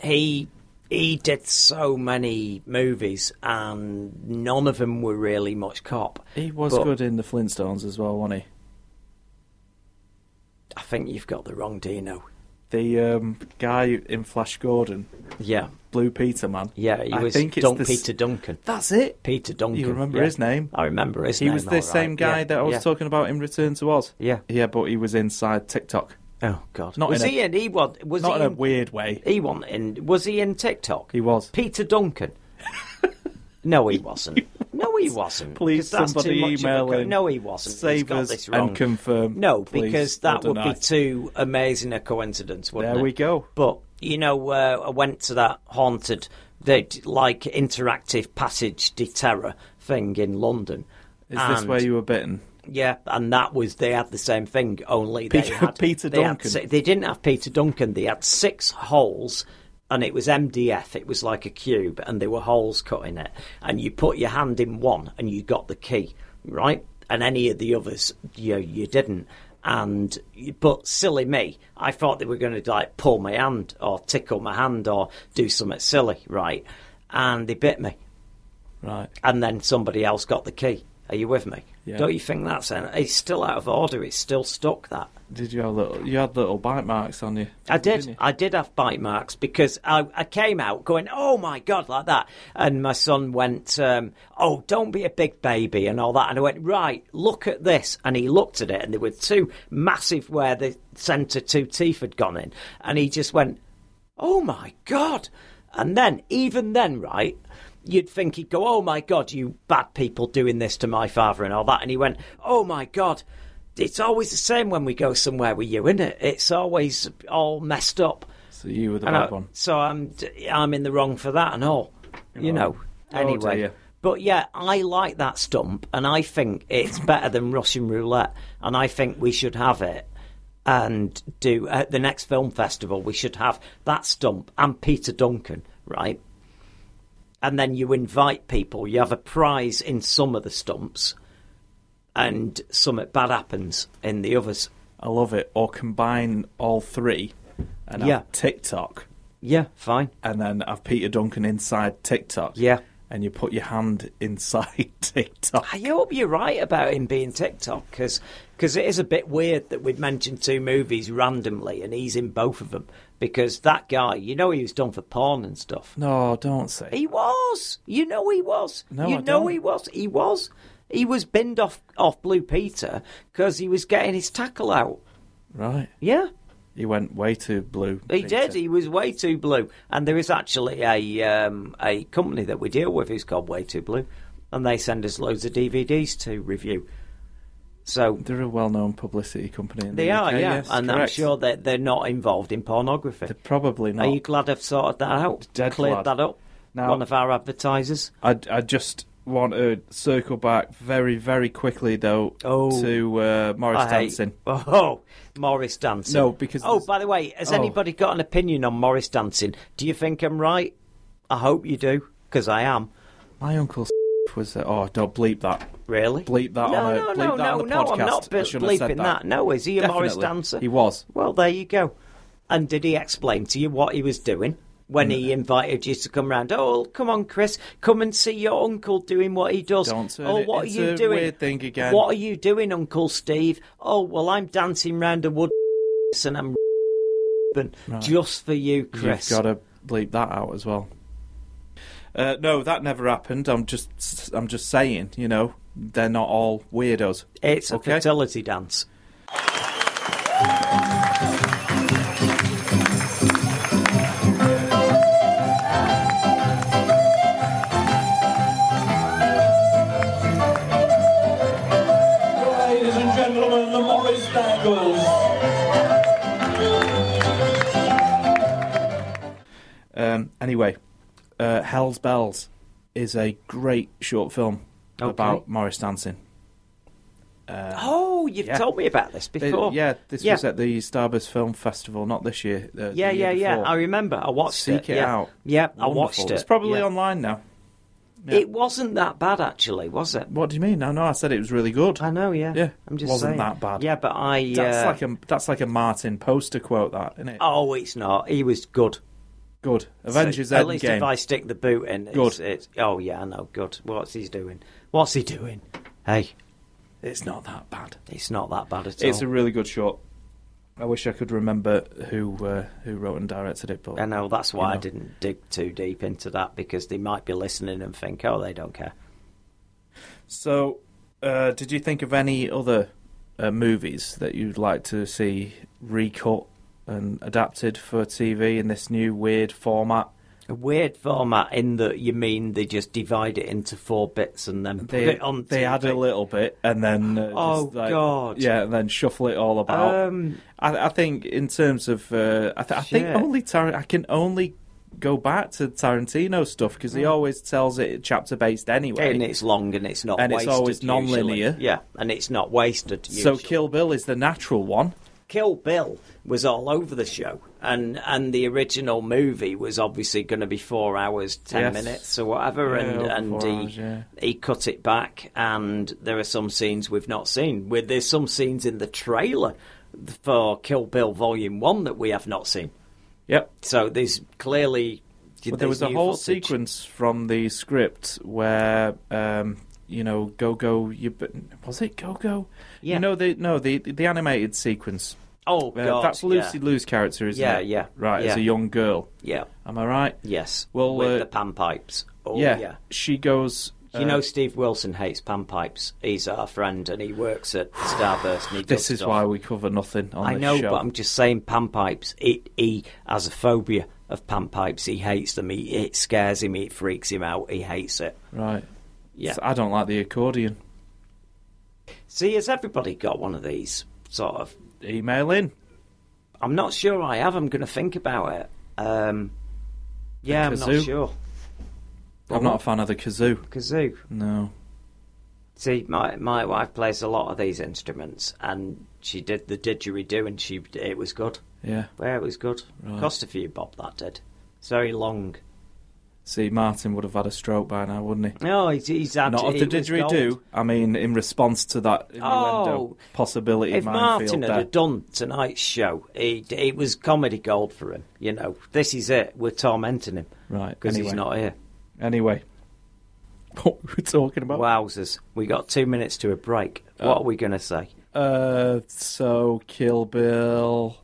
D: he he did so many movies, and none of them were really much cop.
E: He was
D: But-
E: good in the Flintstones as well, wasn't he?
D: I think you've got the wrong Dino.
E: The um, guy in Flash Gordon,
D: Yeah,
E: Blue Peter man.
D: yeah, he
E: I
D: was
E: think it's
D: Dun-
E: the s-
D: Peter Duncan.
E: That's it.
D: Peter Duncan.
E: You remember
D: yeah.
E: his name?
D: I remember his
E: He
D: name.
E: was the
D: all right,
E: same guy
D: yeah,
E: that I was
D: yeah.
E: talking about in Return to Oz.
D: Yeah.
E: yeah, but he was inside TikTok.
D: Oh God!
E: Not
D: was
E: in a-
D: he in? He was. Was
E: Not
D: he
E: in a weird way.
D: He wasn't in. Was he in TikTok?
E: He was.
D: Peter Duncan. no, he wasn't. No, he wasn't.
E: Please
D: 'Cause that's too
E: somebody
D: much of a
E: email
D: co-
E: in.
D: No, he wasn't. He's
E: Save
D: got
E: us
D: this
E: and
D: wrong.
E: confirm,
D: No,
E: please,
D: because
E: or
D: that would
E: deny.
D: be too amazing a coincidence, wouldn't
E: There
D: it?
E: we go.
D: But you know, uh, I went to that haunted, they like interactive passage de terror thing in London.
E: Is this
D: and-
E: where you were bitten?
D: yeah, and that was they had the same thing. Only they
E: Peter-
D: had
E: Peter
D: they had
E: Duncan.
D: si- they didn't have Peter Duncan. They had six holes, and it was MDF. It was like a cube, and there were holes cut in it. And you put your hand in one, and you got the key, right? And any of the others, you you didn't. And but silly me, I thought they were going to like pull my hand or tickle my hand or do something silly, right? And they bit me
E: Right.
D: and then somebody else got the key. Are you with me?
E: Yeah.
D: Don't you think that's en- it's still out of order? It's still stuck. That
E: Did you have little? You had little bite marks on you.
D: I
E: didn't
D: did.
E: you?
D: I did have bite marks because I, I came out going, "Oh my god!" like that, and my son went, um, "Oh, don't be a big baby" and all that. And I went, "Right, look at this," and he looked at it, and there were two massive where the centre two teeth had gone in, and he just went, oh my god and then even then right you'd think he'd go oh my god you bad people doing this to my father and all that and he went oh my god it's always the same when we go somewhere with you isn't it it's always all messed up
E: So you were the
D: And I-
E: bad one.
D: so i'm d- i'm in the wrong for that and all you know
E: Oh,
D: anyway
E: dear.
D: but yeah, I like that stump, and I think it's better than Russian roulette, and I think we should have it and do at the next film festival. We should have that stump and Peter Duncan, right? And then you invite people. You have a prize in some of the stumps, and something bad happens in the others.
E: I love it. Or combine all three, and
D: Yeah.
E: have TikTok,
D: Yeah, fine.
E: and then have Peter Duncan inside TikTok.
D: Yeah.
E: And you put your hand inside TikTok.
D: I hope you're right about him being TikTok because it is a bit weird that we've mentioned two movies randomly and he's in both of them because that guy, you know, he was done for porn and stuff.
E: No, don't say.
D: He was, you know, he was.
E: No,
D: you
E: I
D: know,
E: don't.
D: he was. He was. He was binned off off Blue Peter because he was getting his tackle out.
E: Right.
D: Yeah.
E: He went way too blue.
D: He
E: Peter.
D: did. He was way too blue, and there is actually a um, a company that we deal with who's called Way Too Blue, and they send us loads of DVDs to review. So
E: They're a well-known publicity company. In
D: they
E: the
D: are,
E: UK,
D: yeah,
E: yes,
D: and I'm
E: correct.
D: sure that they're not involved in pornography.
E: They're probably not.
D: Are you glad I've sorted that out?
E: Dead
D: cleared
E: glad.
D: that up.
E: Now-
D: One of our advertisers.
E: I, I just want to circle back very, very quickly, though,
D: Oh.
E: to uh, Morris
D: I hate-
E: Dancing.
D: Oh, Morris dancing.
E: No, because
D: Oh,
E: there's-
D: by the way, has
E: Oh.
D: anybody got an opinion on Morris dancing? Do you think I'm right? I hope you do, because I am.
E: My uncle was. Uh, oh, don't bleep that.
D: Really?
E: Bleep that
D: no,
E: on a-
D: no, no,
E: bleep that on
D: no,
E: the
D: no, I'm
E: podcast.
D: not
E: I
D: bleeping
E: shouldn't have said
D: that.
E: that.
D: No, is he a Morris
E: Definitely.
D: dancer?
E: He was.
D: Well, there you go. And did he explain to you what he was doing when
E: Mm.
D: he invited you to come round? Oh, come on, Chris, come and see your uncle doing what he does.
E: Don't turn
D: oh,
E: it
D: what
E: into
D: are
E: a
D: you doing?
E: weird thing again.
D: What are you doing, Uncle Steve? Oh, well, I'm dancing round a wood and I'm just for you, Chris.
E: You've got to bleep that out as well. Uh, no, that never happened. I'm just, I'm just saying, you know, they're not all weirdos.
D: It's a fertility dance.
M: Ladies and gentlemen, the Morris Dangles.
E: Um, anyway, uh, Hell's Bells is a great short film
D: Okay.
E: about Morris dancing. Uh,
D: Oh, you've told me about this
E: They-
D: before.
E: yeah, this
D: Yeah.
E: was at the Starburst Film Festival, not this year. uh, the
D: yeah, yeah,
E: year
D: yeah.
E: before.
D: I remember. I watched it.
E: Seek it
D: yeah.
E: out.
D: Yeah, I
E: Wonderful.
D: watched it.
E: It's probably
D: Yeah.
E: online now.
D: It wasn't that bad, actually, was it?
E: What do you mean? No, no, I said it was really good.
D: I know, yeah.
E: Yeah,
D: I'm just
E: wasn't
D: saying.
E: that bad.
D: Yeah, but I.
E: That's
D: uh,
E: like a that's like a Martin poster quote, that isn't it?
D: Oh, it's not. He was good.
E: Good. Avengers
D: So, At least
E: Endgame.
D: if I stick the boot in, it's,
E: Good.
D: It's, oh yeah, I know. Good. What's he doing? What's he doing? Hey,
E: it's not that bad.
D: It's not that bad at all.
E: It's a really good shot. I wish I could remember who uh, who wrote and directed it, but
D: I know that's why
E: you
D: I
E: know.
D: didn't dig too deep into that because they might be listening and think, oh, they don't care.
E: So, uh, did you think of any other uh, movies that you'd like to see recut and adapted for TV in this new weird format?
D: A weird format in that you mean they just divide it into four bits and then put
E: They
D: it on.
E: they
D: TV?
E: add a little bit and then uh,
D: Oh,
E: just, like-
D: God.
E: yeah, and then shuffle it all about.
D: Um,
E: I, I think in terms of uh, I, th- I think
D: Shit.
E: only Tar- I can only go back to Tarantino stuff because he
D: Mm.
E: always tells it chapter based anyway,
D: and it's long and it's not
E: and
D: wasted
E: it's always non-linear.
D: usually. Yeah, and it's not wasted.
E: So
D: usually.
E: Kill Bill is the natural one.
D: Kill Bill was all over the show, and and the original movie was obviously going to be four hours ten
E: Yes.
D: minutes or whatever,
E: Yeah, over
D: and and
E: four
D: he
E: hours, yeah.
D: he cut it back, and there are some scenes we've not seen. With there's some scenes in the trailer for Kill Bill Volume One that we have not seen.
E: Yep.
D: So there's clearly
E: But there
D: there's
E: was a
D: new
E: whole
D: footage.
E: sequence from the script where, um, you know, go go. You was it go go?
D: Yeah.
E: You know the no the the animated sequence.
D: Oh, God,
E: Uh, that's Lucy
D: yeah.
E: Lou's character, isn't
D: Yeah,
E: it?
D: yeah,
E: Right,
D: yeah.
E: as a young girl.
D: Yeah.
E: Am I right?
D: Yes.
E: Well,
D: with the
E: uh,
D: panpipes. Oh,
E: yeah,
D: yeah.
E: She goes.
D: Do you know
E: uh,
D: Steve Wilson hates panpipes? He's our friend and he works at Starburst. And he does
E: this is
D: stuff.
E: why we cover nothing on
D: I
E: this
D: know,
E: show.
D: but I'm just saying panpipes. It, he has a phobia of panpipes. He hates them. He, it scares him. It freaks him out. He hates it.
E: right.
D: Yeah.
E: So I don't like the accordion.
D: See, has everybody got one of these sort of
E: email in?
D: I'm not sure I have. I'm going to think about it. Um, yeah, I'm not
E: kazoo?
D: sure.
E: I'm
D: Oh.
E: not a fan of the kazoo.
D: Kazoo.
E: No.
D: See, my my wife plays a lot of these instruments, and she did the didgeridoo, and she it was good.
E: Yeah.
D: yeah, it was good.
E: Right.
D: Cost a few bob that did. It's very long.
E: See, Martin would have had a stroke by now, wouldn't he?
D: No, he's, he's had
E: Not of
D: it
E: the
D: was
E: didgeridoo.
D: gold.
E: I mean, in response to that innuendo
D: Oh,
E: possibility
D: If
E: minefield
D: Martin had
E: there.
D: done tonight's show, he, it was comedy gold for him. You know, this is it. We're tormenting him
E: right,
D: because
E: anyway.
D: he's not here.
E: Anyway, what were we talking about?
D: Wowzers! We got two minutes to a break.
E: Oh.
D: what are we going to say?
E: Uh, so Kill Bill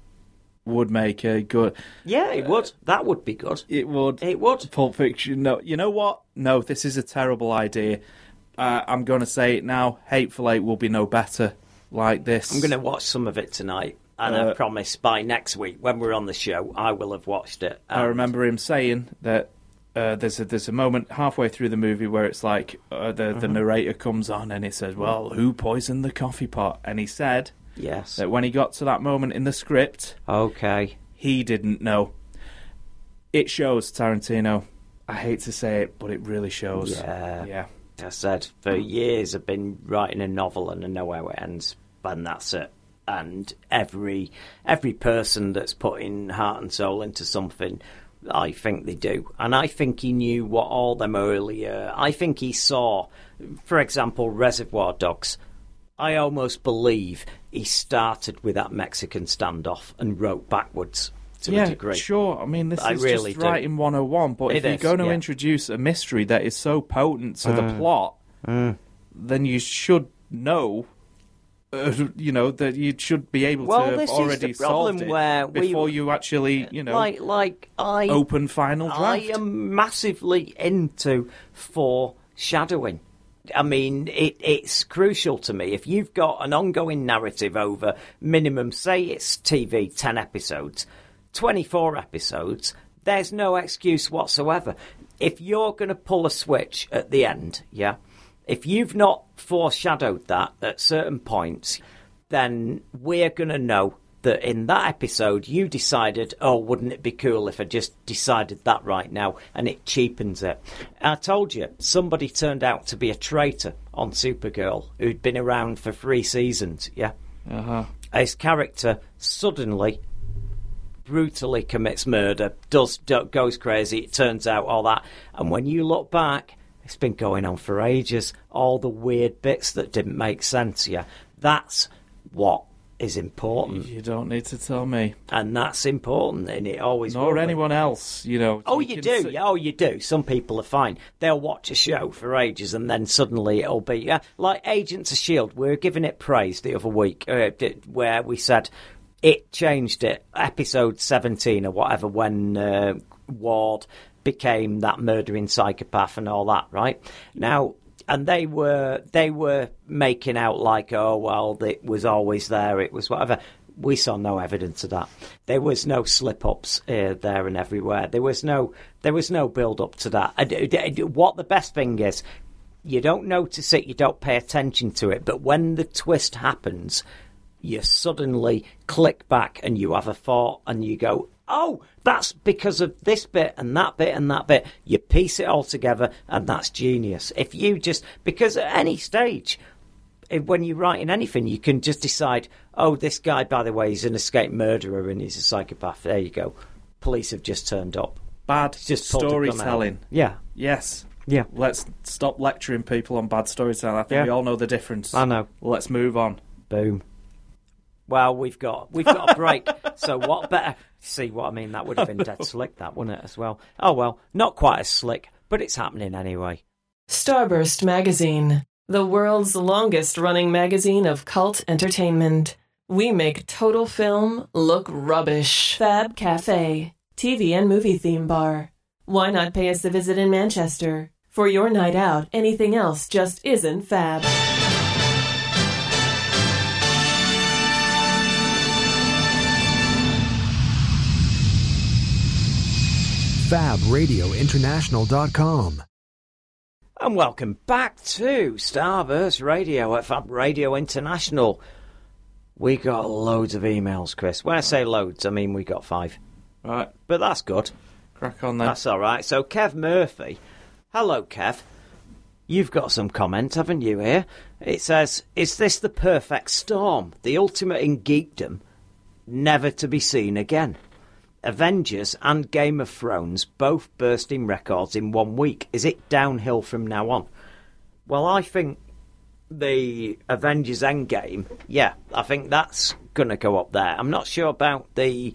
E: would make a good.
D: Yeah, it would. That would be good.
E: It would.
D: It would.
E: Pulp Fiction. No, you know what? No, this is a terrible idea. Uh, I'm going to say it now. Hateful Eight will be no better like this.
D: I'm going to watch some of it tonight, and I
E: Uh,
D: promise by next week when we're on the show, I will have watched it.
E: I remember him saying that uh, there's a there's a moment halfway through the movie where it's like uh, the the
D: Mhm.
E: narrator comes on and he says, "Well, who poisoned the coffee pot?" And he said
D: Yes.
E: that when he got to that moment in the script,
D: Okay.
E: he didn't know. It shows Tarantino. I hate to say it, but it really shows.
D: Yeah.
E: yeah.
D: I said for
E: Mm.
D: years I've been writing a novel, and I know how it ends, and that's it. And every every person that's putting heart and soul into something. I think they do. And I think he knew what all them earlier. I think he saw, for example, Reservoir Dogs. I almost believe he started with that Mexican standoff and wrote backwards to
E: yeah,
D: a degree.
E: sure. I mean, this
D: I
E: is
D: really
E: just
D: do.
E: writing 101, but
D: It
E: if you're
D: is,
E: going to
D: yeah.
E: introduce a mystery that is so potent to the
D: Mm.
E: plot,
D: Mm.
E: then you should know uh, you know that you should be able
D: Well,
E: to have
D: this is
E: already
D: the problem
E: solved it
D: where we- Uh,
E: before you actually, you know,
D: like like I
E: open final draft.
D: I am massively into foreshadowing. I mean, it, it's crucial to me. If you've got an ongoing narrative over minimum, say it's TV, 10 episodes, 24 episodes, there's no excuse whatsoever. If you're going to pull a switch at the end, yeah, if you've not foreshadowed that at certain points, then we're going to know that in that episode you decided, oh, wouldn't it be cool if I just decided that right now? And it cheapens it. I told you, somebody turned out to be a traitor on Supergirl who'd been around for three seasons, yeah?
E: Uh-huh.
D: His character suddenly brutally commits murder, does do, goes crazy. It turns out all that, and when you look back, it's been going on for ages. All the weird bits that didn't make sense. Yeah, that's what is important.
E: You don't need to tell me,
D: and that's important, and it always.
E: Nor
D: will be.
E: anyone else, you know.
D: Oh, you, do. yeah, Oh, you do. Some people are fine. They'll watch a show for ages and then suddenly it'll be yeah, like Agents of Shield. We E were giving it praise the other week uh, d- where we said it changed it. Episode seventeen or whatever when uh, Ward became that murdering psychopath and all that. Right now, and they were they were making out like oh well it was always there it was whatever we saw no evidence of that there was no slip ups uh, there and everywhere there was no there was no build up to that and, uh, d- d- what the best thing is you don't notice it you don't pay attention to it but when the twist happens you suddenly click back and you have a thought and you go, oh, that's because of this bit and that bit and that bit. You piece it all together and that's genius. If you just, because at any stage, eh, when you're writing anything, you can just decide, oh, this guy, by the way, is an escaped murderer and he's a psychopath. There you go. Police have just turned up.
E: Bad
D: Just pulled a gun out.
E: storytelling.
D: Yeah.
E: Yes.
D: Yeah.
E: Let's stop lecturing people on bad storytelling. I think
D: Yeah.
E: we all know the difference.
D: I know.
E: Let's move on.
D: Boom. Well, we've got we've got a break. so what better? See what I mean? That would have been dead slick, that wouldn't it? As well. Oh well, not quite as slick, but it's happening anyway.
C: Starburst Magazine, the world's longest running magazine of cult entertainment. We make total film look rubbish. Fab Cafe, TV and movie theme bar. Why not pay us a visit in Manchester? For your night out, anything else just isn't fab.
N: FabRadioInternational.com.
D: And welcome back to Starburst Radio at Fab Radio International. We got loads of emails, Chris. When I say loads, I mean we got five.
E: Right.
D: But that's good.
E: Crack on then.
D: That's all right. So, Kev Murphy. Hello, Kev. You've got some comment, haven't you, here? It says, Is this the perfect storm? The ultimate in geekdom, never to be seen again. Avengers and Game of Thrones both bursting records in one week. Is it downhill from now on? Well, I think the Avengers Endgame, yeah, I think that's going to go up there. I'm not sure about the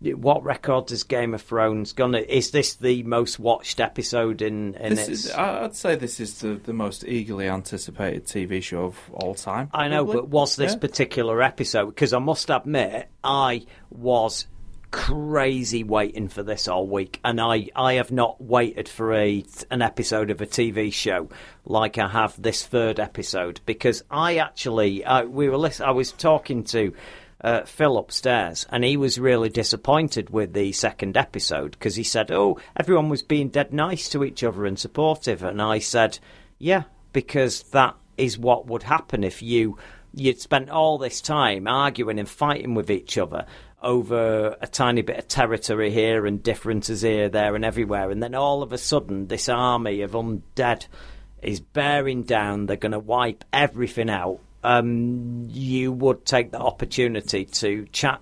D: what record has Game of Thrones gonna? Is this the most watched episode in in
E: This
D: its?
E: is, I- I'd say this is the, the most eagerly anticipated TV show of all time.
D: I know,
E: probably.
D: but was this
E: Yeah.
D: particular episode? Because I must admit, I was crazy waiting for this all week, and I, I have not waited for a an episode of a TV show like I have this third episode because I actually uh, we were listen- I was talking to. Uh, Phil upstairs, and he was really disappointed with the second episode because he said, "Oh, everyone was being dead nice to each other and supportive," and I said, "Yeah, because that is what would happen if you you'd spent all this time arguing and fighting with each other over a tiny bit of territory here and differences here, there, and everywhere, and then all of a sudden this army of undead is bearing down. They're going to wipe everything out. Um, you would take the opportunity to chat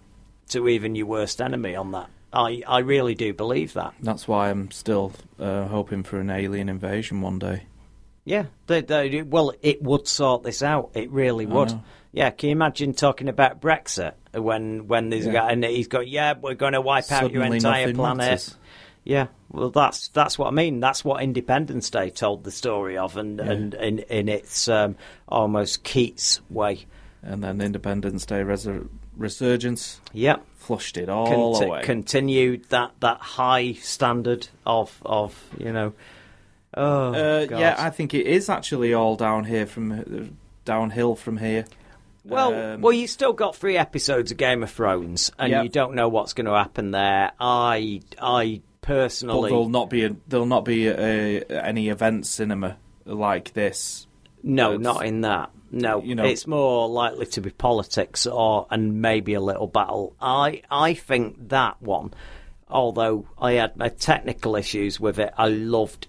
D: to even your worst enemy on that. I, I really do believe that.
E: That's why I'm still uh, hoping for an alien invasion one day.
D: Yeah, they, they, well, it would sort this out. It really would.
E: know.
D: Yeah, can you imagine talking about Brexit when when there's a
E: Yeah.
D: guy and he's got yeah, we're going to wipe out your
E: Suddenly
D: entire
E: nothing
D: planet.
E: matters.
D: Yeah, well, that's that's what I mean. That's what Independence Day told the story of, and and in in its um, almost Keats way.
E: and then Independence Day resur- resurgence.
D: Yep,
E: flushed it all
D: Conti-
E: away.
D: Continued that, that high standard of of you know. Oh,
E: uh,
D: God.
E: yeah, I think it is actually all down here from downhill from here.
D: Well,
E: Um,
D: well, you still got three episodes of Game of Thrones, and
E: Yep.
D: you don't know what's going to happen there. I, I
E: but
D: personally,
E: there'll not be a, there'll not be a, any event cinema like this.
D: no,
E: That's-
D: not in that. No,
E: You know-
D: it's more likely to be politics or and maybe a little battle. I, I think that one, although I had my technical issues with it, I loved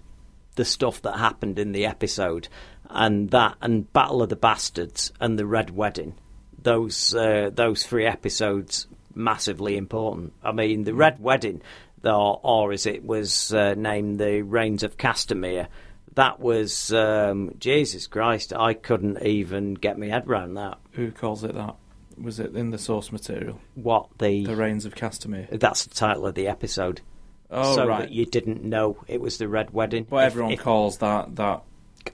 D: the stuff that happened in the episode, and that and Battle of the Bastards and the Red Wedding. Those uh, those three episodes massively important. I mean, the Red Wedding, or, or as it was uh, named, the Reigns of Castamere. That was um, Jesus Christ. I couldn't even get my head round that.
E: Who calls it that? Was it in the source material?
D: What the
E: The Reigns of Castamere.
D: That's the title of the episode.
E: Oh,
D: so
E: right.
D: that you didn't know it was the Red Wedding.
E: But everyone calls that that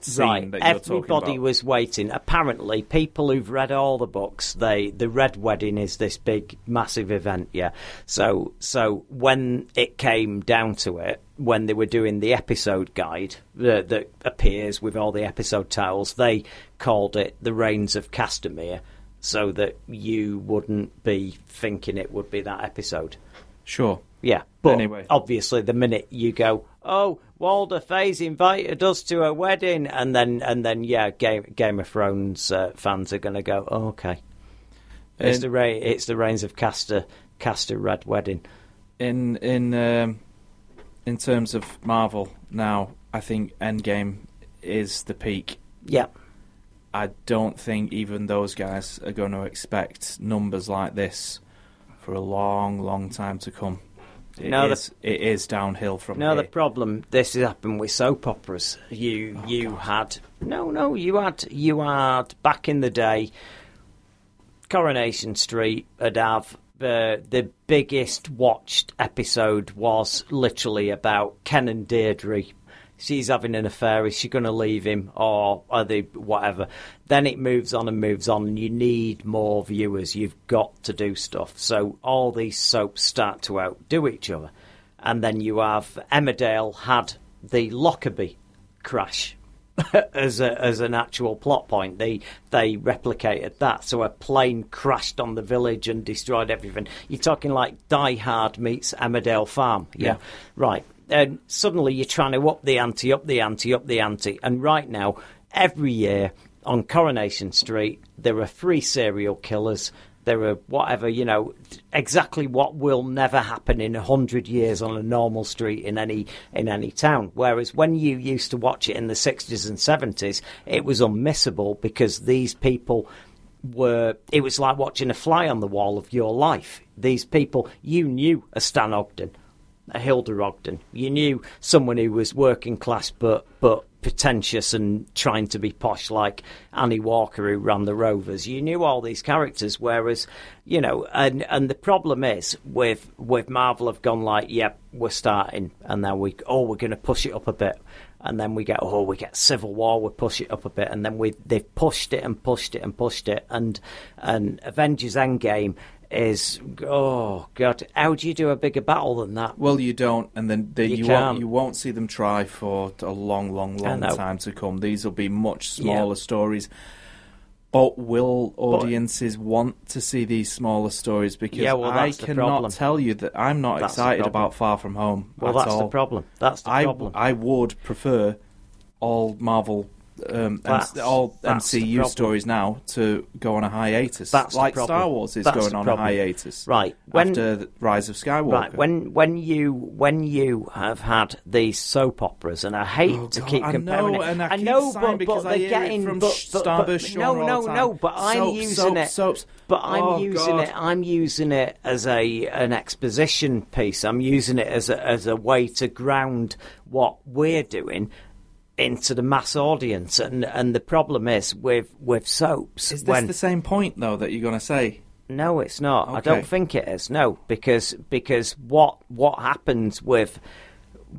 E: scene
D: right.
E: that you're talking about.
D: Everybody was waiting. Apparently, people who've read all the books, they the Red Wedding is this big, massive event. Yeah. So, so when it came down to it, when they were doing the episode guide that, that appears with all the episode titles, they called it the Reigns of Castamere, so that you wouldn't be thinking it would be that episode.
E: Sure.
D: Yeah, but
E: Anyway.
D: obviously, the minute you go, oh, Walder Faye's invited us to a wedding, and then and then yeah, Game Game of Thrones uh, fans are going to go, oh, okay, it's
E: And-
D: the Ra- it's the reigns of Castor Castor Red Wedding.
E: in in um, in terms of Marvel now, I think Endgame is the peak.
D: Yeah.
E: I don't think even those guys are going to expect numbers like this for a long, long time to come. It
D: No, the-
E: is- it is downhill from
D: No,
E: here.
D: the problem this has happened with soap operas. You
E: Oh,
D: you had no no you had you had back in the day. Coronation Street had have the the biggest watched episode was literally about Ken and Deirdre. She's having an affair. Is she going to leave him or are they whatever? Then it moves on and moves on, and you need more viewers. You've got to do stuff. So all these soaps start to outdo each other, and then you have Emmerdale had the Lockerbie crash as a, as an actual plot point. They they replicated that. So a plane crashed on the village and destroyed everything. You're talking like Die Hard meets Emmerdale Farm.
E: Yeah.
D: right. And suddenly you're trying to up the ante, up the ante, up the ante. And right now, every year on Coronation Street, there are three serial killers. There are whatever, you know, exactly what will never happen in a hundred years on a normal street in any in any town. Whereas when you used to watch it in the sixties and seventies, it was unmissable because these people were it was like watching a fly on the wall of your life. These people you knew a Stan Ogden, a Hilda Ogden. You knew someone who was working class but but pretentious and trying to be posh like Annie Walker who ran the Rovers. You knew all these characters, whereas you know, and and the problem is with with Marvel have gone like, yep, we're starting, and then we oh we're going to push it up a bit, and then we get oh we get Civil War, we push it up a bit, and then we they've pushed it and pushed it and pushed it, and and Avengers Endgame is oh god, how do you do a bigger battle than that?
E: Well, you don't, and then the,
D: You
E: you,
D: can't.
E: won't, you won't see them try for a long, long,
D: I
E: long
D: know.
E: time to come. These will be much
D: Yeah.
E: smaller stories. But will audiences want to see these smaller stories? Because
D: Yeah, well,
E: I
D: that's the
E: cannot
D: problem.
E: tell you that I'm not
D: That's the
E: excited
D: problem.
E: about Far From Home.
D: Well,
E: at
D: that's the
E: all.
D: problem. That's the
E: I,
D: problem.
E: I would prefer all Marvel, um,
D: That's-
E: and all
D: that's the
E: MCU
D: problem.
E: stories now to go on a hiatus.
D: That's the
E: like
D: problem.
E: Star Wars is
D: That's
E: going
D: the
E: on a
D: problem.
E: hiatus.
D: Right, when-
E: after the Rise of Skywalker.
D: Right, when when you when you have had these soap operas, and I hate to
E: Oh, God,
D: keep
E: I
D: comparing
E: know,
D: it.
E: and I keep
D: know,
E: sighing
D: but,
E: because
D: but
E: I
D: they're
E: hear it
D: getting
E: from
D: but,
E: sh-
D: but,
E: Starburst
D: but,
E: Sean
D: no,
E: all
D: no,
E: the time.
D: no. But I'm
E: Soaps,
D: using
E: soaps,
D: it.
E: soaps.
D: But I'm
E: Oh,
D: using
E: God.
D: it. I'm using it as a an exposition piece. I'm using it as a as a way to ground what we're doing into the mass audience. And and the problem is with with soaps
E: Is this
D: when
E: the same point though that you're going to say?
D: no, it's not. I
E: Okay.
D: don't think it is. No, because because what what happens with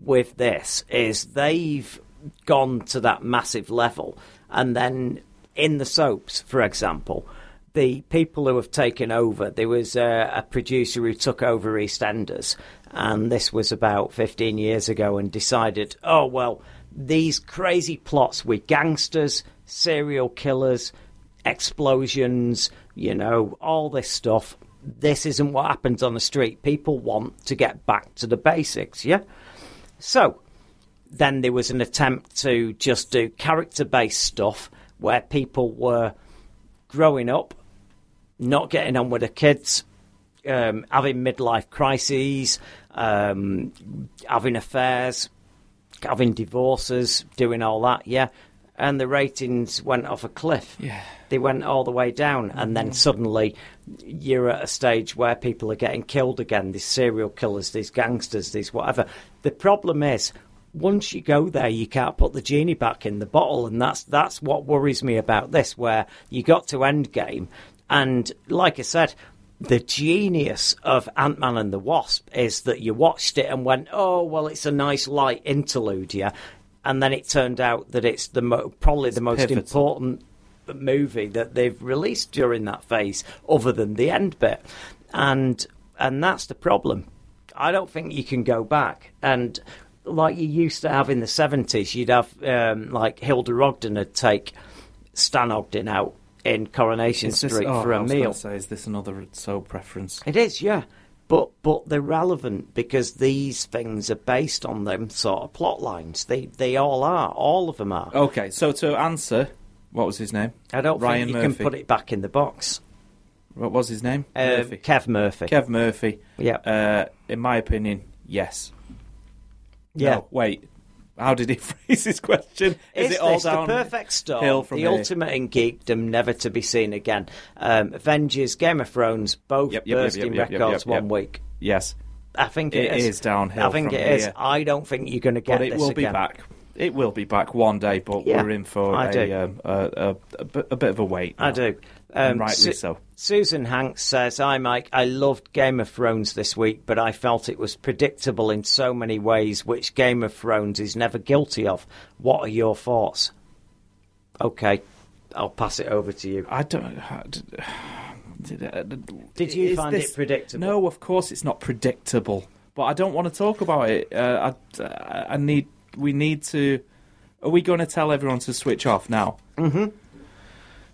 D: with this is they've gone to that massive level, and then in the soaps, for example, the people who have taken over, there was a, a producer who took over EastEnders, and this was about 15 years ago, and decided, oh, well, these crazy plots with gangsters, serial killers, explosions, you know, all this stuff. This isn't what happens on the street. People want to get back to the basics, yeah? So, then there was an attempt to just do character based stuff where people were growing up, not getting on with the kids, um, having midlife crises, um, having affairs, having divorces, doing all that, yeah. And the ratings went off a cliff.
E: Yeah.
D: They went all the way down. And then suddenly you're at a stage where people are getting killed again these serial killers, these gangsters, these whatever. The problem is, once you go there, you can't put the genie back in the bottle, and that's that's what worries me about this. Where you got to Endgame, and like I said, the genius of Ant Man and the Wasp is that you watched it and went, "Oh, well, it's a nice light interlude, yeah," and then it turned out that it's the mo- probably the most
E: pivotal.
D: important movie that they've released during that phase, other than the end bit, and and that's the problem. I don't think you can go back and like you used to have in the seventies. You'd have um, like Hilda Ogden would take Stan Ogden out in Coronation
E: Is this-
D: Street
E: oh,
D: for
E: I
D: a
E: was gonna
D: meal.
E: Say, is this another so preference?
D: It is, yeah. But but they're relevant because these things are based on them sort of plot lines. They they all are. All of them are.
E: Okay, so to answer, what was his name?
D: I don't
E: Ryan
D: think you
E: Murphy.
D: can put it back in the box.
E: What was his name?
D: Uh, Kev Murphy.
E: Kev Murphy.
D: Yeah.
E: Uh, in my opinion, yes.
D: Yeah.
E: No, wait. How did he phrase his question? Is
D: Is
E: it all
D: this
E: down
D: the perfect storm?
E: Hill from
D: the
E: here?
D: ultimate in geekdom, never to be seen again. Um, Avengers, Game of Thrones, both
E: Yep, yep, yep,
D: bursting
E: yep, yep, yep,
D: records
E: yep,
D: one
E: yep.
D: week.
E: Yes.
D: I think it
E: it
D: is.
E: is. downhill.
D: I think
E: from
D: it is.
E: here.
D: I don't think you're going to get
E: but it
D: this
E: will be
D: again.
E: back. It will be back one day, but
D: Yeah,
E: we're in for
D: I
E: a,
D: do.
E: um, a, a, a, bit- a bit of a wait.
D: I
E: now.
D: do. Um,
E: And rightly
D: Su-
E: so.
D: Susan Hanks says, "Hi Mike, I loved Game of Thrones this week, but I felt it was predictable in so many ways, which Game of Thrones is never guilty of. What are your thoughts?" Okay, I'll pass it over to you.
E: I don't. Did, uh,
D: Did you
E: Is
D: find
E: this-
D: it predictable?
E: No, of course it's not predictable. But I don't want to talk about it. Uh, I, I- I need. We need to. Are we going to tell everyone to switch off now?
D: Mm-hmm.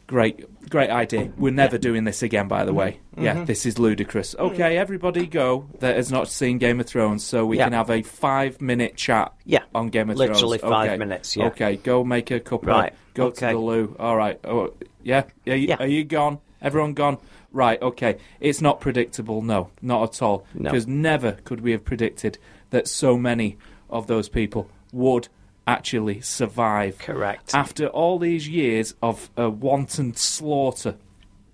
E: Great, great idea. We're never doing this again, by the way. Yeah,
D: Mhm.
E: this is ludicrous. Okay, everybody go that has not seen Game of Thrones, so we
D: Yeah.
E: can have a five-minute chat.
D: Yeah.
E: on Game of
D: Literally
E: Thrones.
D: five
E: Okay.
D: minutes, yeah.
E: Okay, go make a cup. of-
D: Right,
E: Go
D: okay.
E: to the loo. All right. Oh, yeah. Yeah, you- Are you gone? Everyone gone? Right. Okay. It's not predictable. No, not at all.
D: No.
E: Because never could we have predicted that so many of those people would actually survive.
D: Correct.
E: After all these years of uh, wanton slaughter,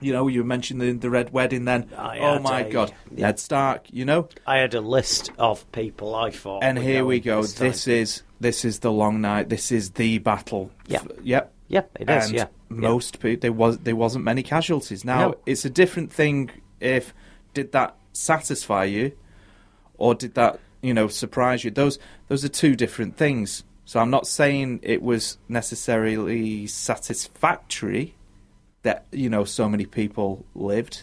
E: you know, you mentioned the, the Red Wedding then. oh
D: had
E: my
D: a-
E: God. Ned Stark, you know?
D: I had a list of people I thought.
E: and
D: were
E: here we
D: going
E: go.
D: This,
E: This,
D: time.
E: is this is the long night. This is the battle.
D: Yeah.
E: F- Yep.
D: Yeah, it is,
E: And
D: yeah.
E: Most people there was there wasn't many casualties. Now
D: No.
E: it's a different thing. If did that satisfy you, or did that you know surprise you? Those those are two different things. So I'm not saying it was necessarily satisfactory that you know so many people lived,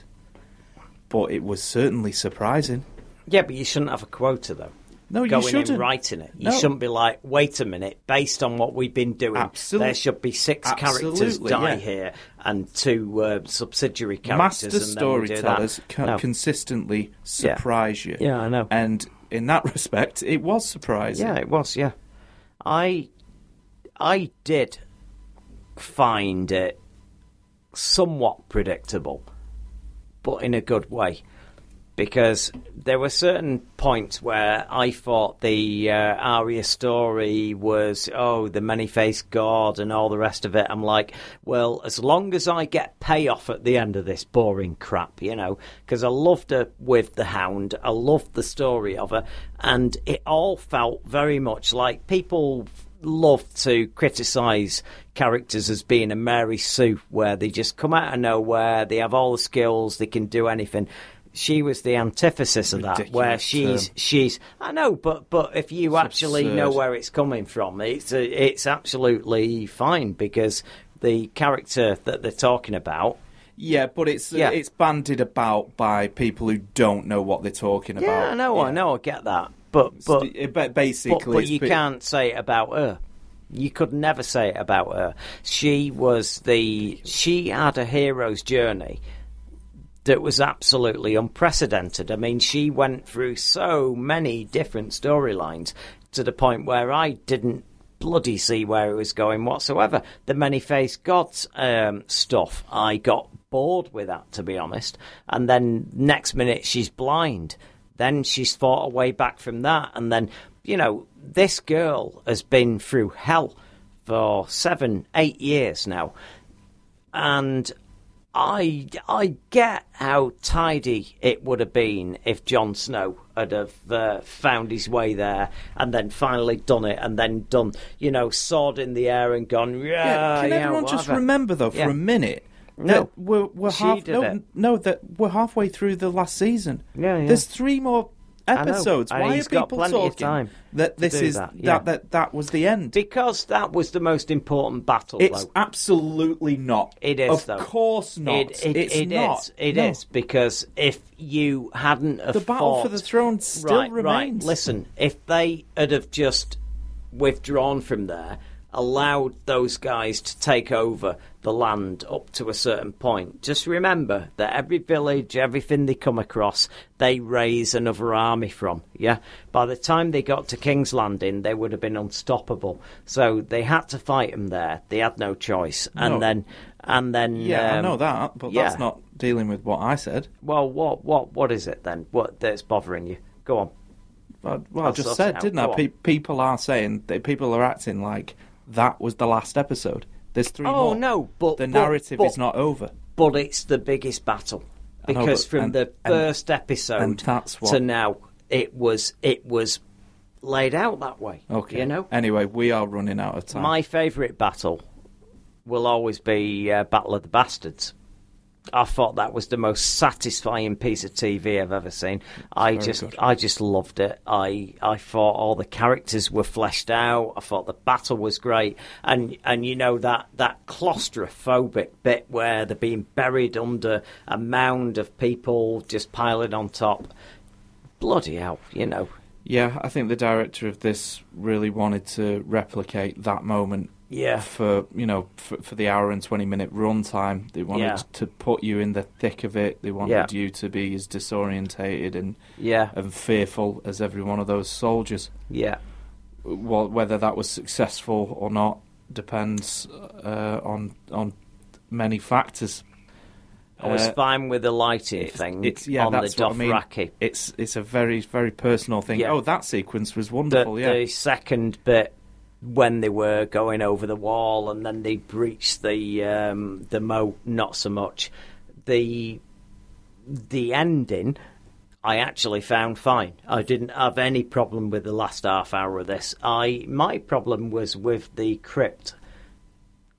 E: but it was certainly surprising.
D: yeah, but you shouldn't have a quota though.
E: No, you
D: Going in
E: shouldn't.
D: writing it. You
E: No.
D: shouldn't be like, wait a minute, based on what we've been doing,
E: Absolute-
D: there should be six characters
E: Absolutely,
D: die
E: yeah.
D: here and two uh, subsidiary characters.
E: master
D: and then we do that.
E: storytellers can
D: No.
E: consistently surprise you.
D: Yeah, I know.
E: And in that respect, it was surprising.
D: Yeah, it was. Yeah, I, I did find it somewhat predictable, but in a good way, because there were certain points where I thought the uh, Arya story was oh the many faced god and all the rest of it. I'm like, well, as long as I get payoff at the end of this boring crap, you know, because I loved her with the Hound, I loved the story of her, and it all felt very much like people love to criticize characters as being a Mary Sue, where they just come out of nowhere, they have all the skills, they can do anything. She was the antithesis of that, where
E: Ridiculous
D: she's
E: term.
D: she's. I know, but but if you actually know
E: absurd.
D: where it's coming from, it's uh, it's absolutely fine because the character that they're talking about
E: Yeah, but it's
D: Yeah.
E: it's bandied about by people who don't know what they're talking about.
D: Yeah, I know, I know, I get that. But but
E: it, ba- basically,
D: but, but
E: it's
D: you
E: pe-
D: can't say it about her. You could never say it about her. She was the she had a hero's journey that was absolutely unprecedented. I mean, she went through so many different storylines to the point where I didn't bloody see where it was going whatsoever. The many faced gods um, stuff, I got bored with that to be honest. And then next minute she's blind. Then she's fought her way back from that, and then you know this girl has been through hell for seven, eight years now and I I get how tidy it would have been if Jon Snow had have uh, found his way there and then finally done it and then done you know sword in the air and gone yeah.
E: Yeah, Uh, can
D: uh, yeah,
E: everyone just
D: whatever."
E: remember though for
D: Yeah.
E: a minute?
D: No.
E: that we're, we're
D: She
E: half,
D: did
E: no,
D: it.
E: no, that we're halfway through the last season.
D: Yeah, yeah.
E: There's three more
D: I know,
E: episodes.
D: and
E: Why are
D: he's got
E: people
D: plenty of
E: talking
D: time
E: that
D: to
E: this
D: do
E: is
D: that,
E: that,
D: yeah.
E: that that was the end?
D: Because that was the most important battle.
E: It's
D: though.
E: absolutely not.
D: It is,
E: Of
D: though.
E: course not.
D: It, it,
E: It's
D: it is.
E: not.
D: It
E: No.
D: is, because if you hadn't have
E: The battle for
D: fought-
E: the throne still
D: right, Right,
E: remains.
D: listen, if they had have just withdrawn from there, allowed those guys to take over the land up to a certain point, just remember that every village, everything they come across, they raise another army from. Yeah. By the time they got to King's Landing, they would have been unstoppable. So they had to fight them there. They had no choice. And
E: No.
D: then, and then,
E: Yeah, I
D: um,
E: know that, but
D: yeah.
E: that's not dealing with what I said.
D: Well, what, what, what is it then? What that's bothering you? Go on.
E: Well, well I
D: I'll
E: just
D: sort it
E: said,
D: out.
E: didn't
D: Go
E: I?
D: on.
E: Pe- people are saying that people are acting like that was the last episode. There's three
D: Oh
E: more.
D: no, but
E: the
D: but-
E: narrative
D: but-
E: is not over.
D: But it's the biggest battle
E: I know,
D: because
E: but-
D: from
E: and-
D: the
E: and-
D: first episode
E: and that's what-
D: to now, it was it was laid out that way.
E: Okay.
D: you know.
E: Anyway, we are running out of time.
D: My favourite battle will always be uh, Battle of the Bastards. I thought that was the most satisfying piece of TV I've ever seen. I
E: very
D: just,
E: good.
D: I just loved it. I, I thought all the characters were fleshed out. I thought the battle was great, and and you know that that claustrophobic bit where they're being buried under a mound of people just piling on top. Bloody hell, you know.
E: Yeah, I think the director of this really wanted to replicate that moment.
D: Yeah.
E: For you know, for, for the hour and twenty minute run time, they wanted
D: Yeah.
E: to put you in the thick of it. They wanted
D: Yeah.
E: you to be as disorientated and
D: Yeah.
E: and fearful as every one of those soldiers.
D: Yeah.
E: Well, whether that was successful or not depends uh, on on many factors.
D: I was
E: Uh,
D: fine with the lighting
E: it's-
D: thing
E: it's- yeah,
D: on
E: that's
D: the
E: what I mean.
D: Dothraki.
E: It's it's a very very personal thing.
D: Yeah.
E: Oh, that sequence was
D: the,
E: wonderful. yeah,
D: the second bit when they were going over the wall and then they breached the um, the moat not so much the the ending I actually found fine. I didn't have any problem with the last half hour of this. I my problem was with the crypt.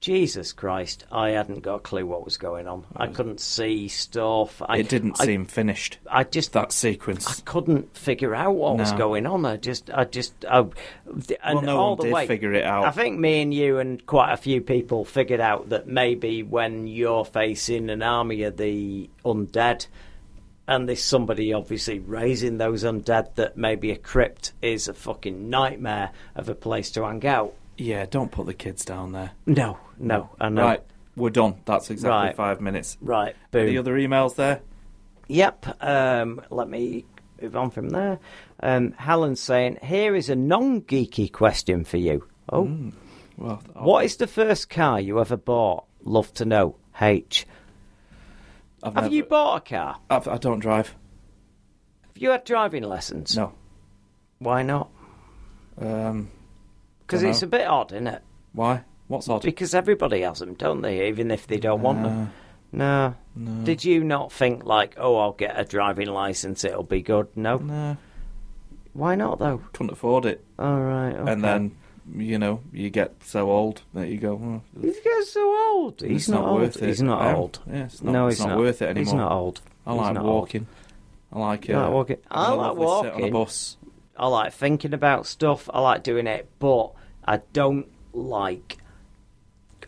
D: Jesus Christ, I hadn't got a clue what was going on. I couldn't see stuff. I,
E: Mm. it didn't
D: I,
E: seem finished.
D: I just
E: that sequence.
D: couldn't figure out what was
E: No.
D: going on. I just, I just, I, and
E: no
D: all
E: one
D: the
E: did
D: way,
E: figure it out.
D: I think me and you and quite a few people figured out that maybe when you're facing an army of the undead, and there's somebody obviously raising those undead, that maybe a crypt is a fucking nightmare of a place to hang out.
E: yeah, don't put the kids down there.
D: No, no, I know.
E: Right, we're done. That's exactly
D: Right.
E: five minutes.
D: Right, boom.
E: The other emails there.
D: Yep. Um, let me move on from there. Um, Helen's saying, here is a non geeky question for you. Oh.
E: Mm, Well,
D: What is the first car you ever bought? Love to know. H.
E: I've
D: Have
E: never-
D: you bought a car?
E: I've, I don't drive.
D: Have you had driving lessons?
E: No.
D: Why not?
E: Um,
D: Because
E: Dunno.
D: it's a bit odd, isn't it?
E: why? What's odd?
D: Because everybody has them, don't they? Even if they don't want them. No.
E: No.
D: Did you not think, like, oh, I'll get a driving license, it'll be good? No.
E: No,
D: Why not, though?
E: couldn't afford it.
D: All right. Okay.
E: And then you know you get so old that you go. "Well,
D: He gets so old. He's,
E: It's
D: not,
E: not
D: old.
E: worth it.
D: He's not
E: I am.
D: old.
E: Yeah, it's not-
D: no,
E: it's
D: he's
E: not worth it
D: He's
E: anymore.
D: not old.
E: I
D: He's
E: like
D: not
E: walking. I like.
D: You
E: Uh,
D: like walking? I
E: having a
D: like
E: lovely sit on
D: walking.
E: a bus.
D: Old. I like thinking about stuff. I like doing it, but I don't like.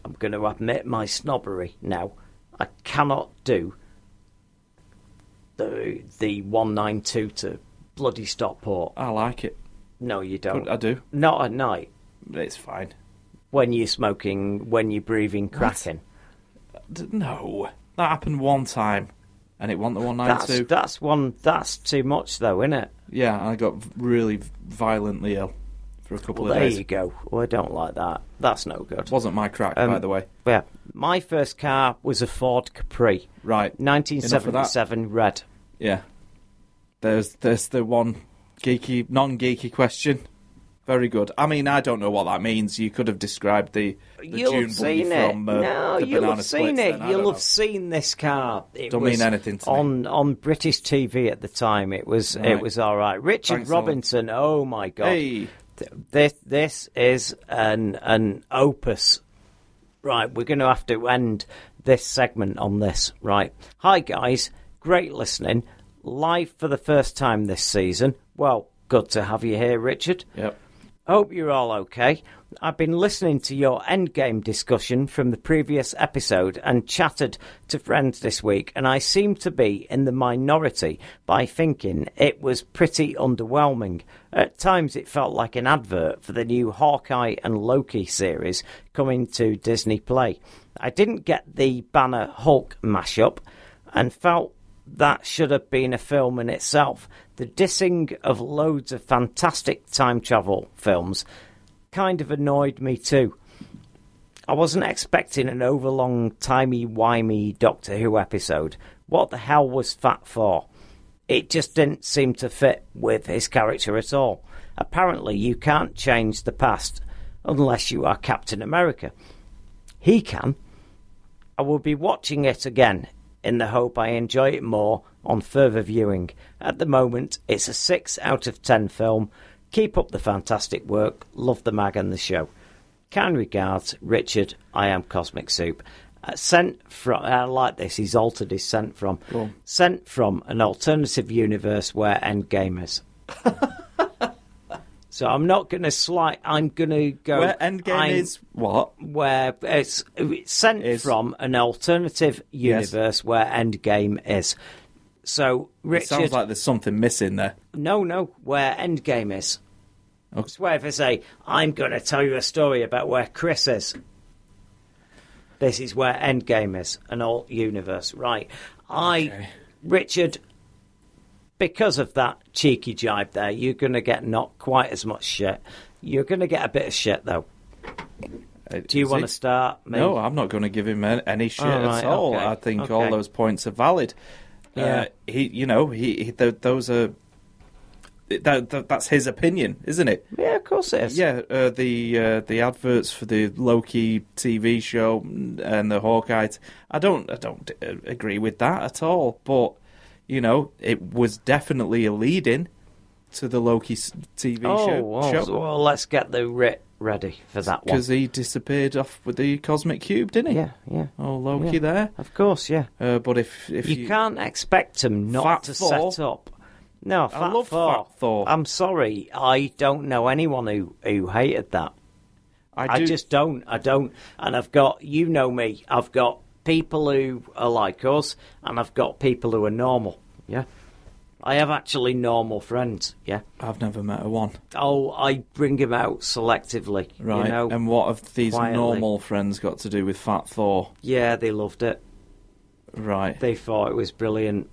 D: I'm going to admit my snobbery now. I cannot do the the one nine two to bloody Stockport.
E: I like it.
D: No, you don't.
E: I do.
D: Not at night.
E: It's fine.
D: When you're smoking, when you're breathing cracking.
E: No, that happened one time, and it wasn't the one nine
D: That's,
E: two.
D: that's one. That's too much, though, isn't it?
E: Yeah, and I got really violently ill for a couple
D: Well,
E: of
D: there
E: days.
D: you go. Well, I don't like that. That's no good.
E: Wasn't my crack,
D: Um,
E: by the way.
D: Yeah, my first car was a Ford Capri.
E: Right,
D: 1977 red.
E: Yeah. There's there's the one geeky, non-geeky question. Very good. I mean, I don't know what that means. You could have described the, the
D: You'll
E: June
D: have seen
E: Buggy
D: it.
E: from uh,
D: no,
E: the
D: you'll
E: Banana
D: have seen
E: Splits
D: it.
E: then. I
D: You'll
E: don't
D: have
E: know.
D: seen this car. It
E: Don't
D: was
E: mean anything to me.
D: on on British TV at the time. It was it
E: Right.
D: was all right. Richard
E: Thanks a lot.
D: Robinson. Oh my god.
E: Hey.
D: Th- This this is an an opus. Right, we're going to have to end this segment on this. Right. Hi guys, great listening. Live for the first time this season. Well, good to have you here, Richard.
E: Yep.
D: Hope you're all okay. I've been listening to your endgame discussion from the previous episode and chatted to friends this week, and I seem to be in the minority by thinking it was pretty underwhelming. At times, it felt like an advert for the new Hawkeye and Loki series coming to Disney Play. I didn't get the Banner Hulk mashup and felt that should have been a film in itself. The dissing of loads of fantastic time travel films kind of annoyed me too. I wasn't expecting an overlong, timey-wimey Doctor Who episode. What the hell was Fat for? It just didn't seem to fit with his character at all. Apparently, you can't change the past unless you are Captain America. He can. I will be watching it again in the hope I enjoy it more on further viewing. At the moment, it's a 6 out of 10 film. Keep up the fantastic work. Love the mag and the show. Kind regards, Richard. I am Cosmic Soup. Uh, sent from, I like this, he's altered his sent from.
E: Go on.
D: Sent from an alternative universe where Endgame is. so I'm not going to slight, I'm going to go.
E: Where Endgame
D: I'm-
E: is what?
D: where it's, it's sent from an alternative
E: Yes.
D: universe where Endgame is. So Richard,
E: It sounds like there's something missing there.
D: no, no, where Endgame is. It's where if I say I'm going to tell you a story about where Chris is. This is where Endgame is, an alt universe, right? I, Richard, because of that cheeky jibe there, you're going to get not quite as much shit. You're going to get a bit of shit though. Do you
E: Uh, Is
D: want to
E: it?
D: start? Me?
E: No, I'm not going to give him an- any shit
D: All right,
E: at all.
D: okay,
E: I think
D: okay.
E: all those points are valid.
D: Yeah.
E: Uh, he, you know, he, he th- those are. That, that, that's his opinion, isn't it?
D: Yeah, of course it is.
E: Yeah, uh, the uh, the adverts for the Loki TV show and the Hawkeye. t- I don't I don't uh, agree with that at all. But you know, it was definitely a lead in to the Loki s- TV show.
D: Oh, well, so- well, let's get the writ ready for that one.
E: Because he disappeared off with the cosmic cube, didn't he?
D: Yeah, yeah.
E: Oh, Loki
D: Yeah.
E: there.
D: Of course, yeah.
E: Uh, but if if
D: you,
E: you,
D: can't expect him not
E: Fat
D: to
E: Thor.
D: set up. No, Fat
E: love
D: Thor.
E: Fat Thor.
D: I'm sorry, I don't know anyone who, who hated that. I,
E: do-
D: just don't. I don't. And I've got, you know me, I've got people who are like us, and I've got people who are normal. Yeah. I have actually normal friends. Yeah.
E: I've never met a one.
D: Oh, I bring them out selectively.
E: Right.
D: You know?
E: and what have these
D: quietly.
E: normal friends got to do with Fat Thor?
D: Yeah, they loved it.
E: Right.
D: They thought it was brilliant.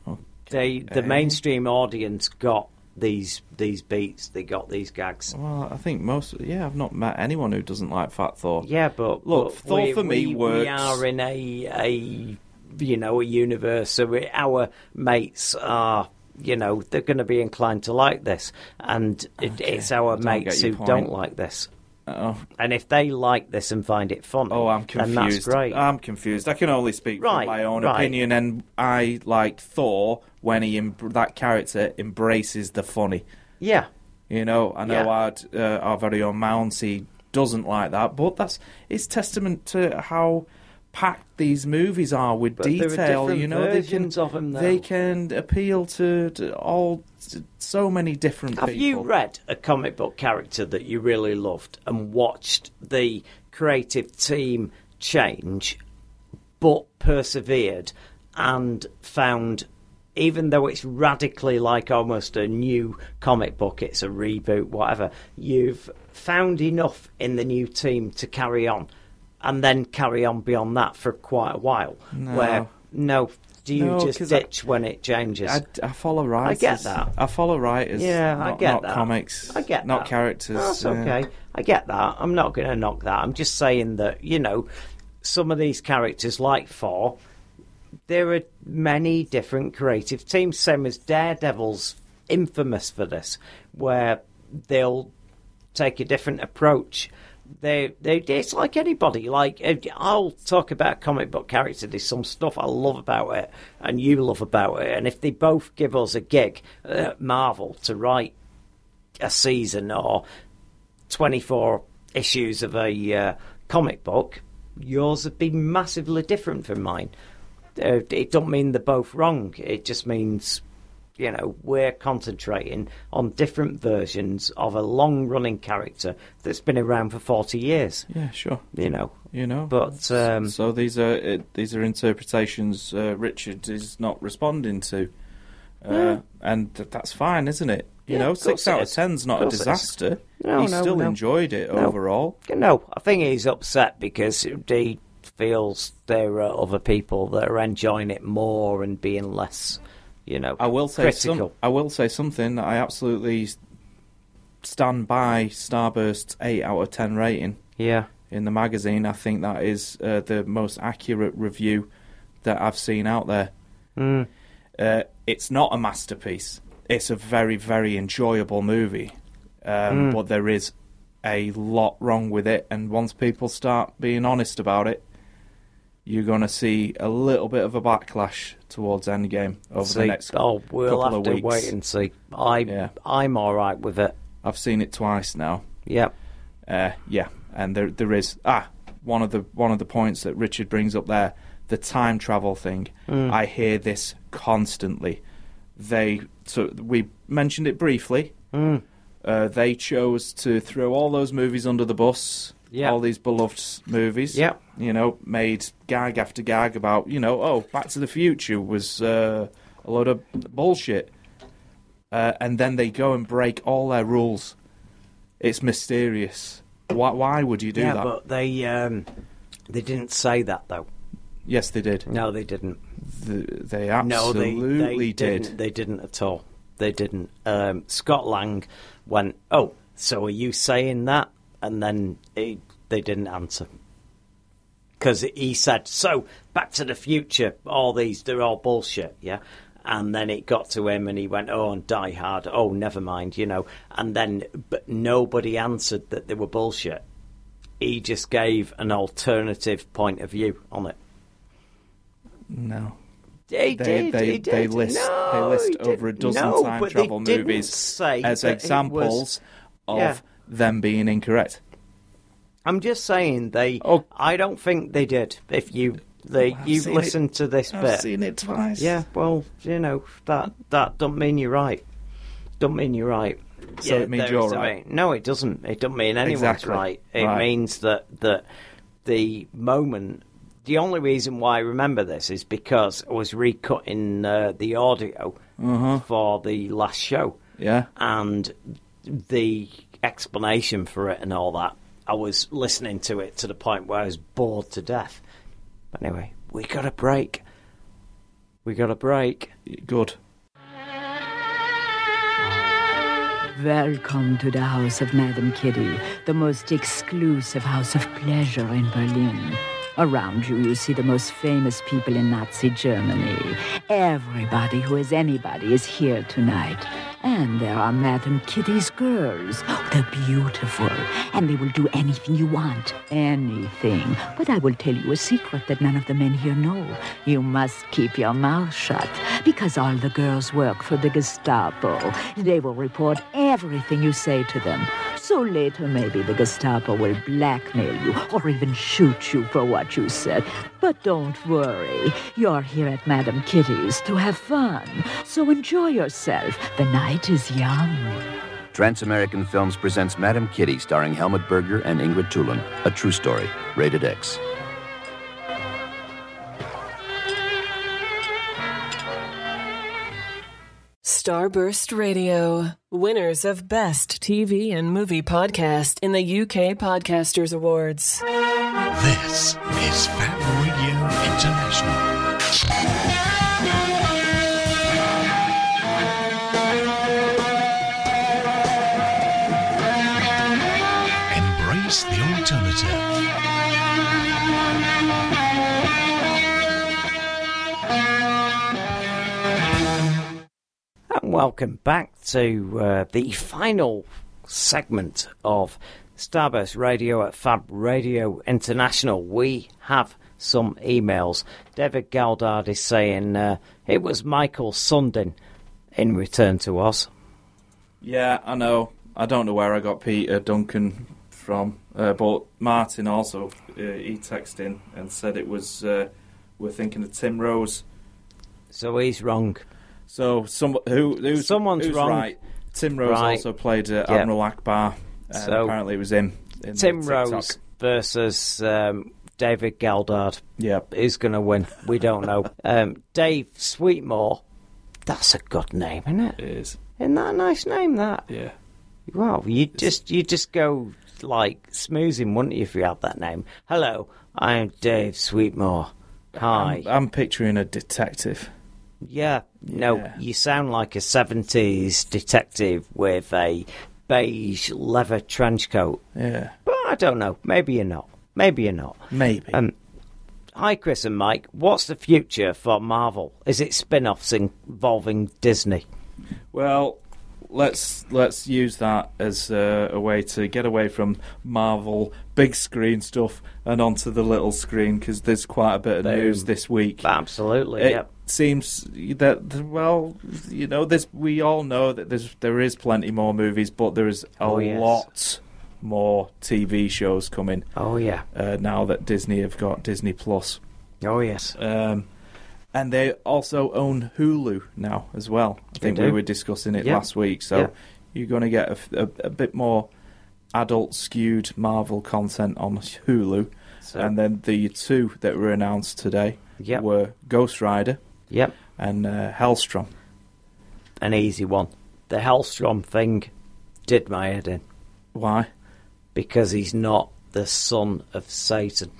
D: They the
E: Okay.
D: mainstream audience got these these beats. They got these gags.
E: Well, I think most. Yeah, I've not met anyone who doesn't like Fat Thor.
D: Yeah, but but
E: Look, Thor
D: we-
E: for me
D: we,
E: works-
D: We are in a a you know a universe. So we, our mates are you know they're going to be inclined to like this, and it, it's our
E: I don't
D: mates
E: get
D: who
E: your point.
D: don't like this.
E: Oh,
D: And if they like this and find it fun,
E: oh, I'm confused. Um,
D: Then that's great.
E: I'm confused. I can only speak
D: Right,
E: from my own
D: right.
E: opinion, and I like Thor when he em- that character embraces the funny.
D: yeah.
E: You know, I know
D: Yeah.
E: our uh, our very own Mounty doesn't like that, but that's it's testament to how packed these movies are with
D: But there are
E: detail.
D: different
E: you know, they can
D: versions of 'em, though.
E: they can appeal to, to all to so many different
D: Have you
E: people.
D: read a comic book character that you really loved and watched the creative team change but persevered and found, even though it's radically like almost a new comic book, it's a reboot, whatever, you've found enough in the new team to carry on and then carry on beyond that for quite a while.
E: No.
D: Where, no, do you
E: No,
D: just
E: 'cause I-
D: ditch when it changes?
E: I, I follow
D: I
E: writers.
D: get that.
E: I follow writers.
D: Yeah,
E: not,
D: I get
E: not
D: that.
E: comics.
D: I get
E: not
D: that.
E: characters.
D: That's
E: yeah.
D: okay. I get that. I'm not going to knock that. I'm just saying that you know, some of these characters, like Thor, there are many different creative teams. Same as Daredevil's infamous for this, where they'll take a different approach. They, they, it's like anybody. Like eh, I'll talk about comic book character. There's some stuff I love about it, and you love about it. And if they both give us a gig at Marvel to write a season or 24 issues of a uh, comic book, yours would be massively different from mine. Uh, it don't mean they're both wrong. It just means, you know, we're concentrating on different versions of a long-running character that's been around for 40 years.
E: Yeah, sure.
D: You know,
E: You know.
D: But um,
E: so these are uh, these are interpretations uh, Richard is not responding to, uh,
D: Yeah.
E: and th- that's fine, isn't it? You
D: Yeah,
E: know,
D: of course
E: six
D: it
E: out of
D: is.
E: ten's
D: Of
E: not a
D: course it is.
E: disaster.
D: No,
E: he
D: no,
E: still
D: no.
E: enjoyed it
D: No.
E: overall.
D: No, I think he's upset because he feels there are other people that are enjoying it more and being less, you know,
E: I will say
D: critical.
E: some, I will say something that I absolutely s- stand by Starburst's eight out of ten rating.
D: Yeah.
E: In the magazine, I think that is uh, the most accurate review that I've seen out there.
D: Mm.
E: Uh, it's not a masterpiece. It's a very, very enjoyable movie, um,
D: Mm.
E: but there is a lot wrong with it. And once people start being honest about it, you're going to see a little bit of a backlash towards Endgame over the
D: See,
E: next
D: oh, we'll
E: couple
D: have
E: of
D: to
E: weeks.
D: wait and see. I I'm all right with it.
E: I've seen it twice now.
D: Yep.
E: Uh, yeah, and there there is ah one of the one of the points that Richard brings up there, the time travel thing.
O: Mm.
E: I hear this constantly. They so we mentioned it briefly. Uh, they chose to throw all those movies under the bus.
D: Yeah.
E: All these beloved s- movies. Yeah. You know, made gag after gag about you know oh Back to the Future was uh, a load of bullshit. Uh, and then they go and break all their rules. It's mysterious. Why? Why would you do
D: yeah,
E: that?
D: but they um, they didn't say that though.
E: Yes, they did.
D: No, they didn't.
E: they
D: no, they,
E: absolutely
D: they
E: did.
D: Didn't, they didn't at all. They didn't. Um, Scott Lang went, "Oh, so are you saying that?" And then he, they didn't answer because he said, "So Back to the Future, all these they're all bullshit." Yeah. And then it got to him, and he went, "Oh, and Die Hard. Oh, never mind, you know." And then, but nobody answered that they were bullshit. He just gave an alternative point of view on it.
E: No.
D: They, did.
E: They,
D: he did.
E: they list
D: No,
E: they list
D: he
E: over a
D: didn't.
E: dozen
D: No,
E: time
D: but they
E: travel
D: didn't
E: movies
D: say
E: as
D: that it was-
E: examples of
D: Yeah.
E: them being incorrect.
D: I'm just saying they. I don't think they did. If you they
E: Oh. I've
D: you
E: seen
D: listened
E: it-
D: to this
E: I've
D: bit,
E: seen it twice.
D: Yeah, well, you know that that don't mean you're right. Don't mean you're right.
E: So it means
D: there
E: you're
D: is a
E: right.
D: way- No, it doesn't. It doesn't mean anyone's
E: Exactly.
D: right. It
E: Right.
D: means that that the moment. The only reason why I remember this is because I was recutting uh, the audio
E: Uh-huh.
D: for the last show.
E: Yeah.
D: And the explanation for it and all that, I was listening to it to the point where I was bored to death. But anyway, we got a break. We got a break.
E: Good.
P: Welcome to the house of Madame Kitty, the most exclusive house of pleasure in Berlin. Around you, you see the most famous people in Nazi Germany. Everybody who is anybody is here tonight. And there are Madame Kitty's girls. Oh, they're beautiful. And they will do anything you want. Anything. But I will tell you a secret that none of the men here know. You must keep your mouth shut because all the girls work for the Gestapo. They will report everything you say to them. So later, maybe the Gestapo will blackmail you or even shoot you for what you said. But don't worry. You're here at Madame Kitty's to have fun. So enjoy yourself. The night is young.
Q: Trans American Films presents Madam Kitty, starring Helmut Berger and Ingrid Tulin. A true story. Rated X.
C: Starburst Radio, winners of Best TV and Movie Podcast in the UK Podcasters Awards.
O: This is Fat Radio International. Embrace the alternative.
D: And welcome back to uh, the final segment of Starburst Radio at Fab Radio International. We have some emails. David Galdard is saying uh, it was Michael Sundin in return to us.
E: Yeah, I know. I don't know where I got Peter Duncan from, uh, but Martin also uh, he texted in and said it was uh, we're thinking of Tim Rose.
D: So he's wrong.
E: So some who who's,
D: Someone's
E: who's
D: wrong.
E: right? Tim Rose
D: Right.
E: also played uh,
D: Yep.
E: Admiral Akbar. And
D: So-
E: apparently it was him. in the
D: Tim
E: TikTok.
D: Rose versus um, David Galdard.
E: Yeah,
D: is going to win. We don't know. um, Dave Sweetmore. That's a good name, isn't it?
E: It is.
D: Isn't that a nice name? That.
E: Yeah.
D: Wow. You just you just go like smoozing, wouldn't you, if you had that name? Hello, I'm Dave Sweetmore. Hi.
E: I'm, I'm picturing a detective.
D: Yeah, no, you sound like a 70s detective with a beige leather trench coat.
E: Yeah.
D: But I don't know. Maybe you're not. Maybe you're not.
E: Maybe.
D: Um, hi, Chris and Mike. What's the future for Marvel? Is it spin offs involving Disney?
E: Well, let's let's use that as uh, a way to get away from Marvel big screen stuff and onto the little screen because there's quite a bit of
D: Boom.
E: news this week.
D: Absolutely,
E: It
D: yep.
E: seems that well, you know, this we all know that there's there is plenty more movies, but there is a
D: Oh, yes.
E: lot more TV shows coming.
D: Oh yeah,
E: uh, now that Disney have got Disney Plus.
D: Oh yes.
E: Um, and they also own Hulu now as well. I
D: They
E: think
D: do.
E: we were discussing it
D: Yeah.
E: last week. So
D: Yeah.
E: you're going to get a f- a, a bit more adult skewed Marvel content on Hulu.
D: So-
E: And then the two that were announced today were Ghost Rider
D: Yep.
E: and uh, Hellstrom.
D: An easy one. The Hellstrom thing did my head in.
E: Why?
D: Because he's not the son of Satan.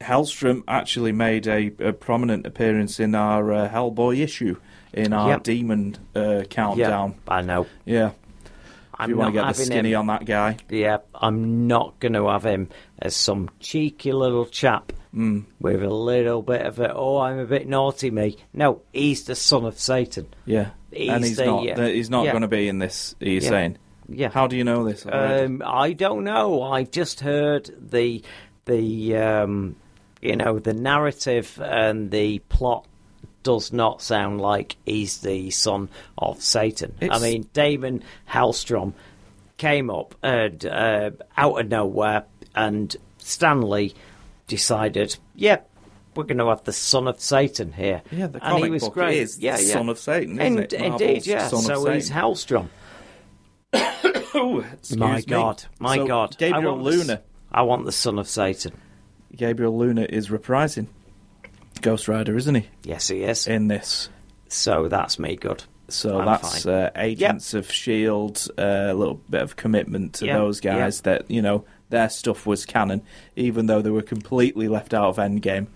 E: Hellstrom actually made a, a prominent appearance in our uh, Hellboy issue, in our
D: Yep.
E: Demon uh, countdown.
D: I know.
E: Yeah.
D: I'm
E: if you
D: not
E: want to get the
D: having
E: skinny
D: him.
E: on that guy.
D: Yeah, I'm not going to have him as some cheeky little chap
E: Mm.
D: with a little bit of a, oh, I'm a bit naughty, me. No, he's the son of Satan.
E: Yeah,
D: He's
E: and he's
D: the,
E: not.
D: uh,
E: th- he's not
D: yeah.
E: going to be in this. He's
D: Yeah.
E: saying.
D: Yeah.
E: How do you know this? already?
D: Um, I don't know. I just heard the the um, you know the narrative and the plot does not sound like he's the son of Satan.
E: It's-
D: I mean, Damon Hellstrom came up and uh, out of nowhere, and Stanley decided, "Yep, we're going to have the son of Satan here."
E: Yeah, the
D: and he
E: comic
D: was
E: book
D: great.
E: is the
D: yeah, yeah.
E: son of Satan, isn't it?
D: Ind- Indeed,
E: Marvel's
D: yeah.
E: son of
D: so he's
E: Satan.
D: Hellstrom.
E: Oh, excuse
D: my
E: me.
D: God, my
E: So,
D: God! I
E: Gabriel
D: want the s-
E: Luna.
D: I want the son of Satan.
E: Gabriel Luna is reprising Ghost Rider, isn't he?
D: Yes, he is
E: in this.
D: So that's me good.
E: So
D: I'm
E: that's
D: fine.
E: uh, Agents of Shield. uh, A little bit of commitment to
D: Yeah,
E: those guys that you know their stuff was canon, even though they were completely left out of Endgame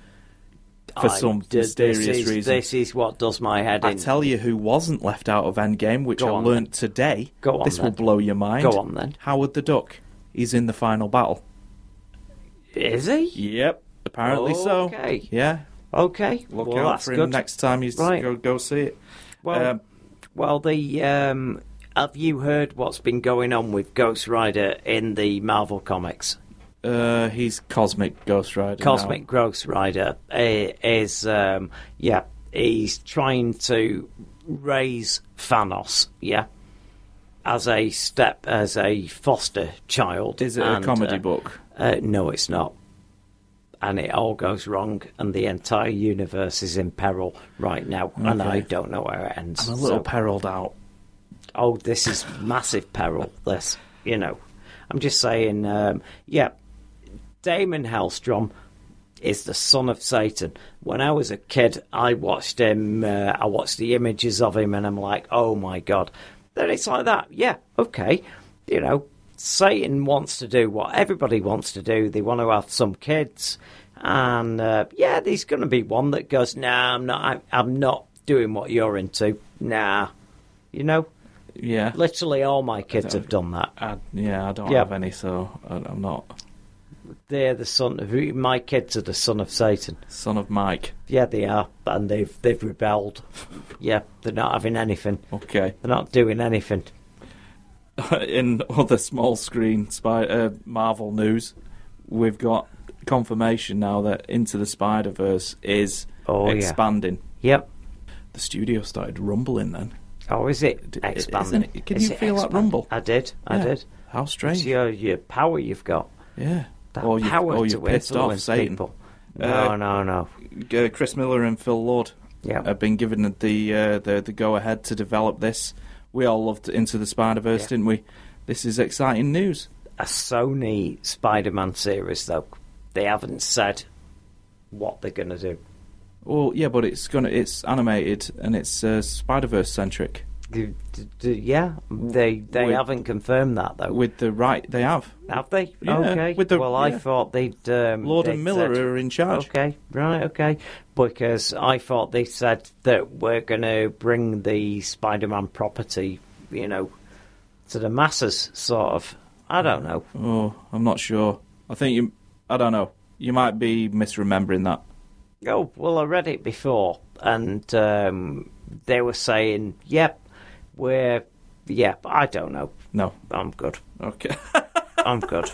E: for
D: I-
E: some
D: th-
E: mysterious
D: this is,
E: reason.
D: This is what does my head
E: I
D: in.
E: tell you who wasn't left out of Endgame, which
D: Go
E: I
D: on,
E: learnt today.
D: Go on,
E: This will
D: then.
E: blow your mind.
D: Go on, then.
E: Howard the Duck. He's in the final battle.
D: Is he?
E: Yep. Apparently so.
D: Okay.
E: Yeah.
D: Okay.
E: Look
D: Well,
E: out
D: that's
E: for him
D: good.
E: next time you s-
D: Right.
E: go, go see it.
D: Well,
E: Um,
D: well, the um, have you heard what's been going on with Ghost Rider in the Marvel comics?
E: Uh, he's Cosmic Ghost Rider. now.
D: Cosmic Ghost Rider uh, is, um, yeah, he's trying to raise Thanos, yeah, as a step, as a foster child.
E: Is it a comedy book?
D: Uh, no, it's not. And it all goes wrong, and the entire universe is in peril right now, and
E: Mm, Okay.
D: I don't know where it ends.
E: I'm a little
D: so-
E: perilled out.
D: oh, this is massive peril. This, you know, I'm just saying, um, yeah, Damon Hellstrom is the son of Satan. When I was a kid, I watched him. Uh, I watched the images of him, and I'm like, oh my god. Then it's like that. Yeah, okay. You know, Satan wants to do what everybody wants to do. They want to have some kids, and uh, yeah, there's going to be one that goes, "Nah, I'm not. I, I'm not doing what you're into. Nah, you know."
E: Yeah.
D: Literally, all my kids have done that.
E: I, yeah, I don't
D: Yeah.
E: have any, so I, I'm not.
D: They're the son of my kids are the son of Satan.
E: Son of Mike.
D: Yeah, they are, and they've they've rebelled. yeah, they're not having anything.
E: Okay.
D: They're not doing anything.
E: in other small screen spy, uh, Marvel news, we've got confirmation now that Into the Spider Verse is
D: Oh, yeah.
E: expanding.
D: Yep.
E: The studio started rumbling then.
D: Oh, is it expanding?
E: isn't it? Can
D: Is
E: you
D: it
E: feel that
D: expanding?
E: rumble?
D: I did. I
E: Yeah.
D: did.
E: How strange.
D: It's your, your power you've got.
E: Yeah.
D: That
E: or
D: power
E: you, or
D: to
E: you oh, pissed off
D: influence
E: Satan.
D: people. No,
E: Uh,
D: no, no.
E: uh, Chris Miller and Phil Lord
D: Yeah.
E: have been given the uh, the, the go ahead to develop this. We all loved Into the Spider Verse,
D: Yeah.
E: didn't we? This is exciting news.
D: A Sony Spider-Man series, though, they haven't said what they're going to do.
E: Well, yeah, but it's gonna it's animated and it's uh, Spider Verse centric.
D: D- d- d- Yeah, they they
E: With-
D: haven't confirmed that though.
E: With the right, they have.
D: Have they?
E: Yeah,
D: okay.
E: with the-
D: well, I
E: yeah.
D: thought they'd. Um,
E: Lord and
D: they'd
E: Miller
D: said-
E: are in charge.
D: Okay, right, okay. Because I thought they said that we're going to bring the Spider Man property, you know, to the masses, sort of. I don't know.
E: Oh, I'm not sure. I think you. I don't know. You might be misremembering that.
D: Oh, well, I read it before, and um, they were saying, yep, we're. Yep, I don't know.
E: No.
D: I'm good.
E: Okay.
D: I'm good.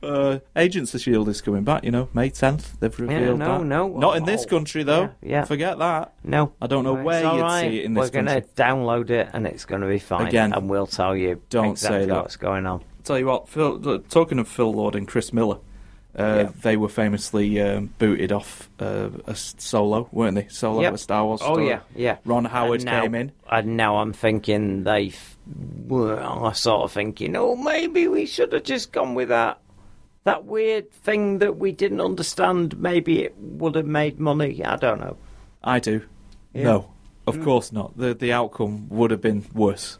E: Uh, Agents of Shield is coming back. You know, May 10th. They've revealed
D: no,
E: that.
D: no.
E: Not in this
D: Oh,
E: country though.
D: yeah, yeah.
E: Forget that.
D: No.
E: I don't know
D: It's
E: where
D: all
E: you'd
D: right.
E: see it in this
D: We're going to
E: country.
D: download it and it's going to be fine.
E: Again,
D: And we'll tell you
E: don't say
D: exactly
E: that.
D: what's going on.
E: Tell you what, Phil, look, talking of Phil Lord and Chris Miller, uh,
D: Yeah.
E: they were famously um, booted off uh, a s- solo, weren't they? Solo,
D: Yep.
E: a Star Wars.
D: Oh,
E: story.
D: yeah, yeah.
E: Ron Howard
D: And now-
E: came in.
D: And now I'm thinking they've. Well, I'm sort of thinking, oh, maybe we should have just gone with that. That weird thing that we didn't understand, maybe it would have made money. I don't know.
E: I do.
D: Yeah. Hmm.
E: No, of course not. The the outcome would have been worse.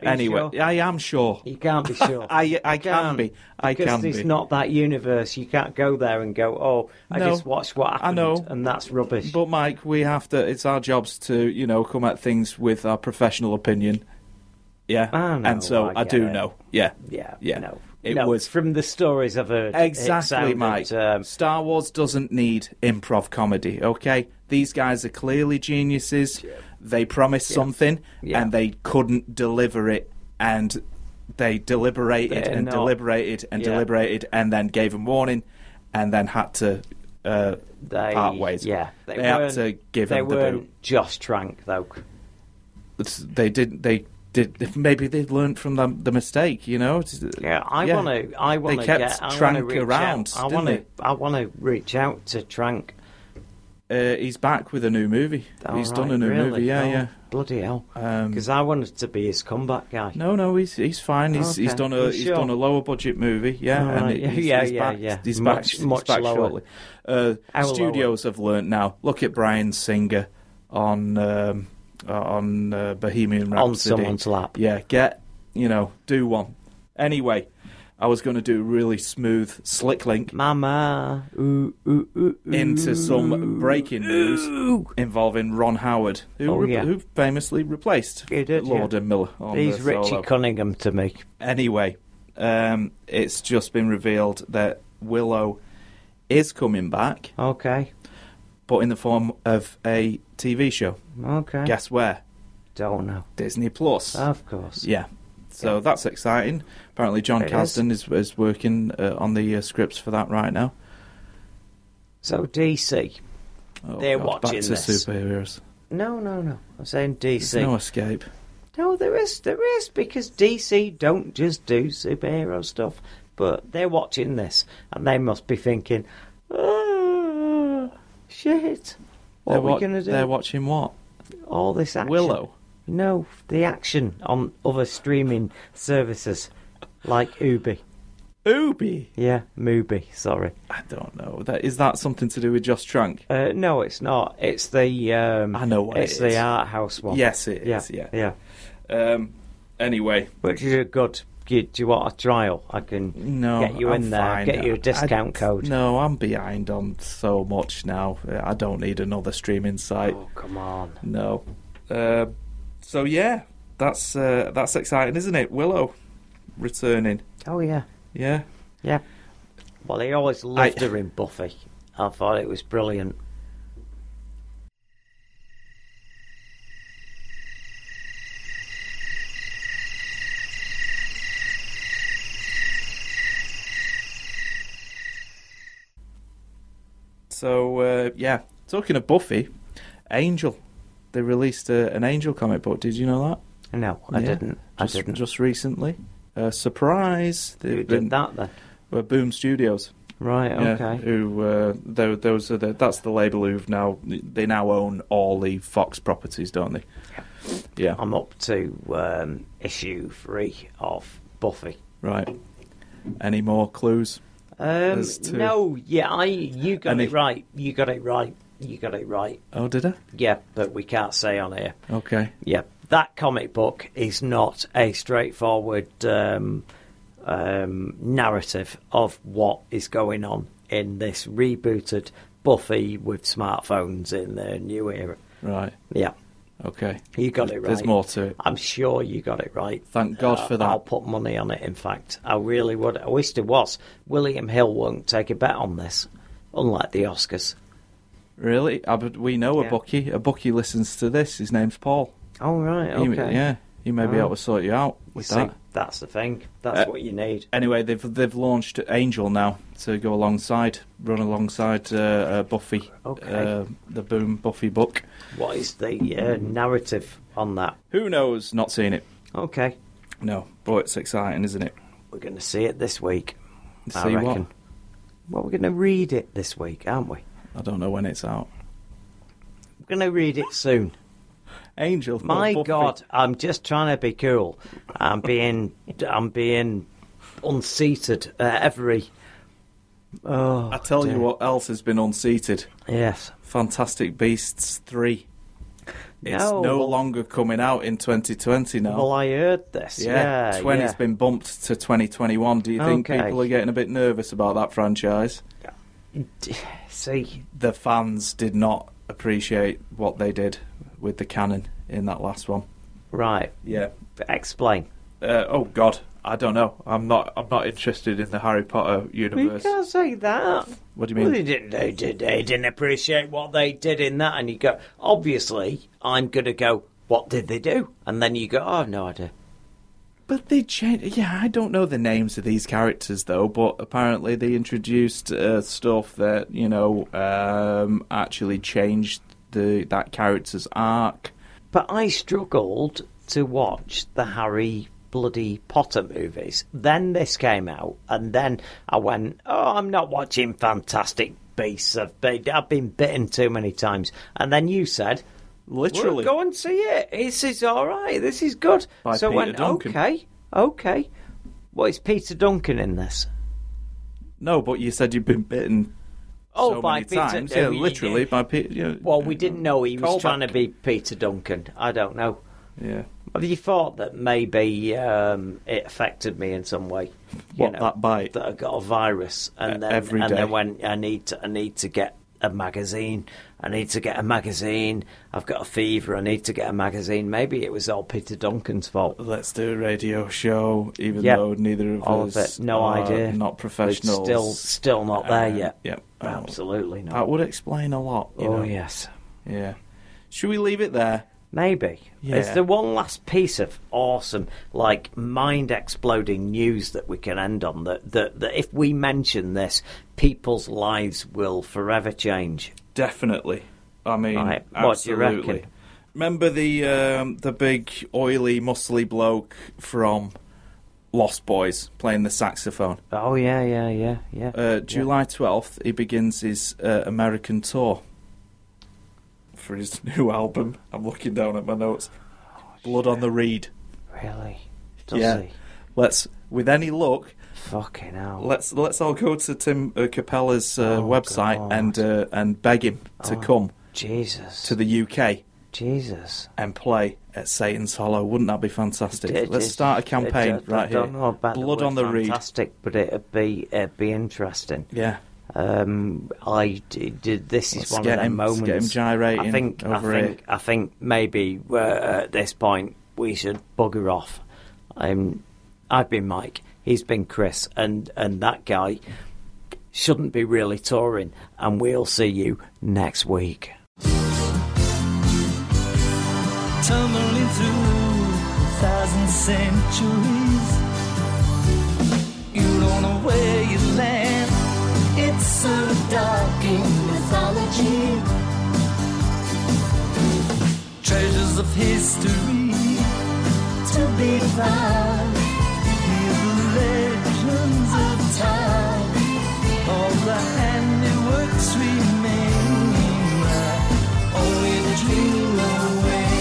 D: Are you
E: anyway,
D: sure?
E: I am sure.
D: You can't be sure.
E: I I can
D: can't,
E: be. I
D: because
E: can
D: it's
E: be.
D: not that universe. You can't go there and go, oh, I
E: No.
D: just watched what happened,
E: know.
D: and that's rubbish.
E: But Mike, we have to. It's our jobs to you know come at things with our professional opinion. Yeah,
D: I know,
E: and so
D: I
E: I,
D: get
E: do
D: it.
E: know. Yeah,
D: yeah,
E: yeah.
D: no.
E: It
D: No,
E: was
D: from the stories I've heard. it
E: Exactly,
D: sounded,
E: Mike.
D: um,
E: Star Wars doesn't need improv comedy, okay? These guys are clearly geniuses. They promised something
D: Yeah.
E: and they couldn't deliver it and they deliberated
D: They're
E: and
D: not-
E: deliberated and
D: Yeah.
E: deliberated and then gave them warning and then had to uh,
D: they,
E: part ways.
D: Yeah,
E: They, had
D: weren't-
E: to give
D: they
E: them the
D: weren't
E: boot.
D: Just Trank though.
E: It's- They did they did maybe they learned from the, the mistake, you know? It's-
D: Yeah, I want to. I want
E: They
D: to
E: kept
D: get. I
E: Trank
D: wanna reach
E: around,
D: Out. I
E: didn't
D: want to.
E: they?
D: I want to reach out to Trank.
E: Uh, he's back with a new movie.
D: All
E: he's done
D: right,
E: a new
D: really?
E: movie. Yeah,
D: Oh,
E: yeah.
D: Bloody hell!
E: Um,
D: Because I wanted to be his comeback guy.
E: No, no, he's he's fine. He's he's
D: Okay,
E: done a
D: you
E: he's
D: sure?
E: done a lower budget movie, yeah,
D: All right,
E: and he's,
D: yeah,
E: he's
D: yeah,
E: back,
D: yeah.
E: He's
D: Much-
E: back, he's
D: much
E: back
D: lower.
E: shortly. Uh,
D: How lower?
E: studios have learnt now. Look at Brian Singer on um, uh, on uh, Bohemian Rhapsody.
D: On someone's lap.
E: Yeah, get you know, do one. Anyway, I was going to do really smooth, slick link
D: Mama, ooh, ooh, ooh, ooh.
E: into some breaking news involving Ron Howard, who
D: Oh,
E: re-
D: yeah.
E: who famously replaced
D: He did, yeah.
E: Lord and Miller. On
D: He's
E: the
D: Richie
E: solo.
D: Cunningham to me.
E: Anyway, um, it's just been revealed that Willow is coming back,
D: Okay,
E: but in the form of a TV show.
D: okay.
E: Guess where?
D: Don't know.
E: Disney Plus.
D: Of course.
E: yeah. So that's exciting. Apparently, John
D: It is.
E: Kasdan is. Is, working uh, on the uh, scripts for that right now.
D: So DC.
E: Oh,
D: They're
E: God,
D: watching
E: back to
D: this.
E: superheroes.
D: No, no, no. I'm saying
E: There's
D: DC.
E: no escape.
D: No, there is, there is, because DC don't just do superhero stuff. But they're watching this, and they must be thinking, oh, shit, what
E: they're
D: are we
E: wa-
D: going to do?
E: They're watching what?
D: All this action.
E: Willow.
D: No, the action on other streaming services like Ubi.
E: Ooby.
D: Yeah, Mooby. Sorry.
E: I don't know. That is that something to do with Just Trank?
D: Uh, no, it's not. It's the um,
E: I know what
D: it's
E: it is.
D: the art house one.
E: Yes, it
D: yeah,
E: is, yeah.
D: yeah.
E: Um, anyway,
D: Which is a good. Do you, do you want a trial? I can
E: no,
D: get you
E: I'm
D: in there,
E: fine.
D: get you a discount
E: I-
D: code.
E: No, I'm behind on so much now. I don't need another streaming site.
D: Oh, come on.
E: No. Uh, so yeah, that's uh, that's exciting, isn't it? Willow returning.
D: Oh yeah,
E: Yeah.
D: yeah. Well, they always loved her in Buffy. I thought it was brilliant.
E: So uh, yeah, talking of Buffy, Angel, they released uh, an Angel comic book. Did you know that?
D: No, I didn't. I
E: Just,
D: didn't.
E: Just recently, uh, surprise.
D: Who
E: They've
D: did
E: been-
D: that then?
E: Were Boom Studios.
D: Right.
E: Yeah,
D: Okay.
E: who uh, tho- those are the, that's the label who've now they now own all the Fox properties, don't they? Yeah.
D: I'm up to um, issue three of Buffy.
E: Right. Any more clues?
D: Um,
E: As to-
D: no, yeah, I you got
E: Any-
D: it right. You got it right. You got it right.
E: Oh, did I?
D: Yeah, but we can't say on here.
E: Okay.
D: Yeah, that comic book is not a straightforward um, um, narrative of what is going on in this rebooted Buffy with smartphones in the new era.
E: Right.
D: Yeah,
E: Okay.
D: you got it right.
E: There's more to it.
D: I'm sure you got it right.
E: Thank God
D: Uh,
E: for that.
D: I'll put money on it. In fact, I really would. I wish there was. William Hill won't take a bet on this, unlike the Oscars.
E: Really? I, but we know a
D: Yeah.
E: Bucky. A Bucky listens to this. His name's Paul.
D: Oh right,
E: He-
D: okay.
E: yeah. He may be
D: Oh.
E: able to sort you out with
D: See,
E: that.
D: that's the thing. That's
E: Uh,
D: what you need.
E: Anyway, they've they've launched Angel now to go alongside, run alongside uh, uh, Buffy,
D: Okay.
E: uh, the Boom Buffy book.
D: What is the uh, narrative on that?
E: Who knows? Not seen it.
D: Okay,
E: No, but it's exciting, isn't it?
D: we're going to see it this week. I
E: See what?
D: reckon. Well, we're going to read it this week, aren't we?
E: I don't know when it's out.
D: We're going to read it soon.
E: Angel. not
D: My
E: Buffy.
D: God, I'm just trying to be cool. I'm being, I'm being unseated at every. Oh,
E: I tell
D: dear.
E: you what else has been unseated.
D: Yes.
E: Fantastic Beasts three. It's
D: No,
E: no,
D: well-
E: longer coming out in 2020 now.
D: Well, I heard this.
E: Yeah,
D: Yeah,
E: 20's
D: yeah.
E: been bumped to 2021. Do you think
D: Okay.
E: people are getting a bit nervous about that franchise?
D: See,
E: The fans did not appreciate what they did with the canon in that last one.
D: right.
E: Yeah.
D: Explain.
E: Uh, oh God, I don't know. I'm not. I'm not interested in the Harry Potter
D: You
E: universe.
D: can't say that.
E: What do you
D: Well,
E: mean?
D: they didn't. They, did, they didn't appreciate what they did in that, and you go. Obviously, I'm going to go. What did they do? And then you go. Oh, I've no idea.
E: But they changed. Yeah, I don't know the names of these characters though. But apparently they introduced uh, stuff that you know um, actually changed the that character's arc.
D: But I struggled to watch the Harry bloody Potter movies. Then this came out, and then I went, "Oh, I'm not watching Fantastic Beasts. I've been, I've been bitten too many times." And then you said,
E: Literally.
D: "Well, go and see it. This is all right. This is good."
E: By
D: so I
E: Peter
D: went,
E: Duncan.
D: "Okay, okay." What is Peter Duncan in this?
E: No, but you said you've been bitten.
D: Oh,
E: so
D: by
E: many
D: Peter-
E: times.
D: oh,
E: Yeah,
D: yeah,
E: literally
D: yeah.
E: by Peter. Yeah.
D: Well, we didn't know he was
E: Callback.
D: trying to be Peter Duncan. I don't know.
E: Yeah.
D: Have you thought that maybe um, it affected me in some way? You
E: What, that bite?
D: That I got a virus,
E: E-
D: and then
E: every
D: and
E: day.
D: then went. I need to. I need to get a magazine. I need to get a magazine. I've got a fever. I need to get a magazine. Maybe it was all Peter Duncan's fault.
E: Let's do a radio show, even
D: Yeah.
E: though neither of
D: All of
E: us
D: it. No
E: are
D: idea.
E: uh, not professionals.
D: It's still, still not there
E: Um,
D: yet.
E: Yep. Oh.
D: Absolutely
E: That
D: not.
E: would explain a lot. you
D: oh
E: know.
D: yes.
E: Yeah. Should we leave it there?
D: Maybe.
E: Yeah.
D: Is there one last piece of awesome, like mind exploding news that we can end on? That, that, that if we mention this, people's lives will forever change.
E: Definitely. I mean,
D: Right. What do you
E: absolutely.
D: reckon?
E: Remember the um, the big oily, muscly bloke from Lost Boys playing the saxophone?
D: Oh, yeah, yeah, yeah, yeah.
E: Uh, July 12th, he begins his uh, American tour for his new album. I'm looking down at my notes. Blood on the Reed.
D: really? Does
E: yeah.
D: he?
E: Let's, with any luck,
D: Fucking hell.
E: Let's let's all go to Tim uh, Capella's uh, website and uh, and beg him to
D: Oh,
E: come.
D: Jesus.
E: To the UK.
D: Jesus.
E: And play at Satan's Hollow. Wouldn't that be fantastic?
D: It
E: let's
D: is-
E: start a campaign
D: it- I
E: right
D: don't
E: here.
D: know about
E: Blood
D: word
E: on the reed.
D: fantastic, but it'd be it'd be interesting.
E: Yeah.
D: Um, I d- d- this is
E: Let's
D: one
E: get
D: of them
E: him- let's
D: moments.
E: get him gyrating
D: I think.
E: over
D: I
E: here.
D: think. I think maybe uh, at this point we should bugger off. Um, I've been Mike. He's been Chris, and and that guy shouldn't be really touring. And we'll see you next week.
J: tumbling through a thousand centuries. You don't know where you land. It's so dark in mythology. Treasures of history to be found. Near the legends of time. All the handiworks remain. Only the dream away.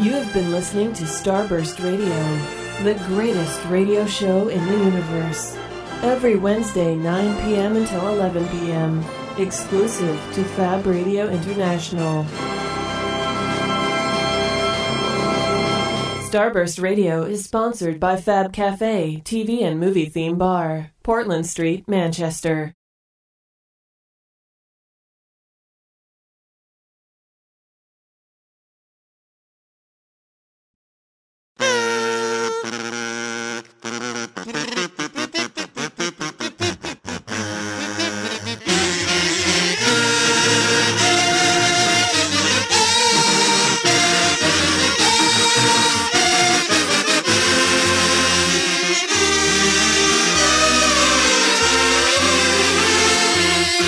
C: You have been listening to Starburst Radio, the greatest radio show in the universe. Every Wednesday, 9 p.m. until 11 p.m., exclusive to Fab Radio International. Starburst Radio is sponsored by Fab Cafe, TV and movie theme bar, Portland Street, Manchester.
J: Thank you.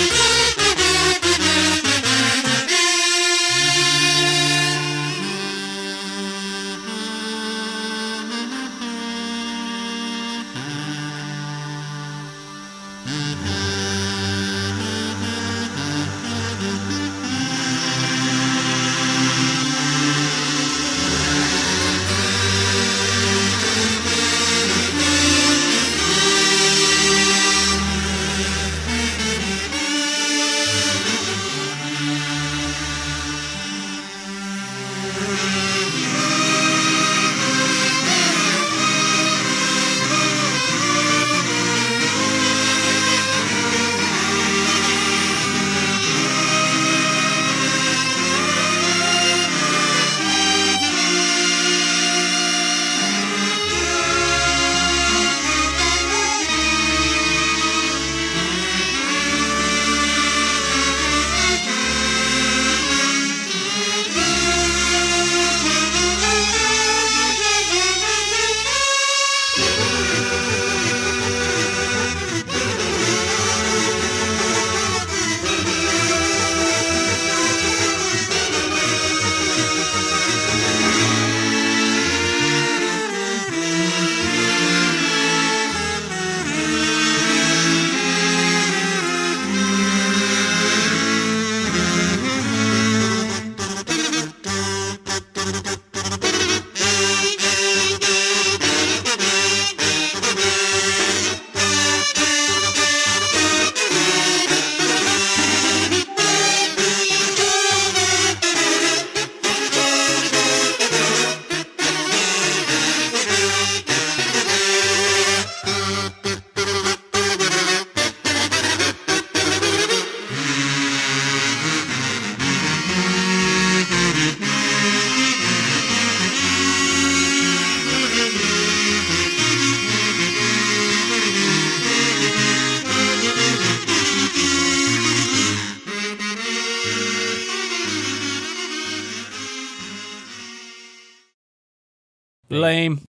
E: Lame.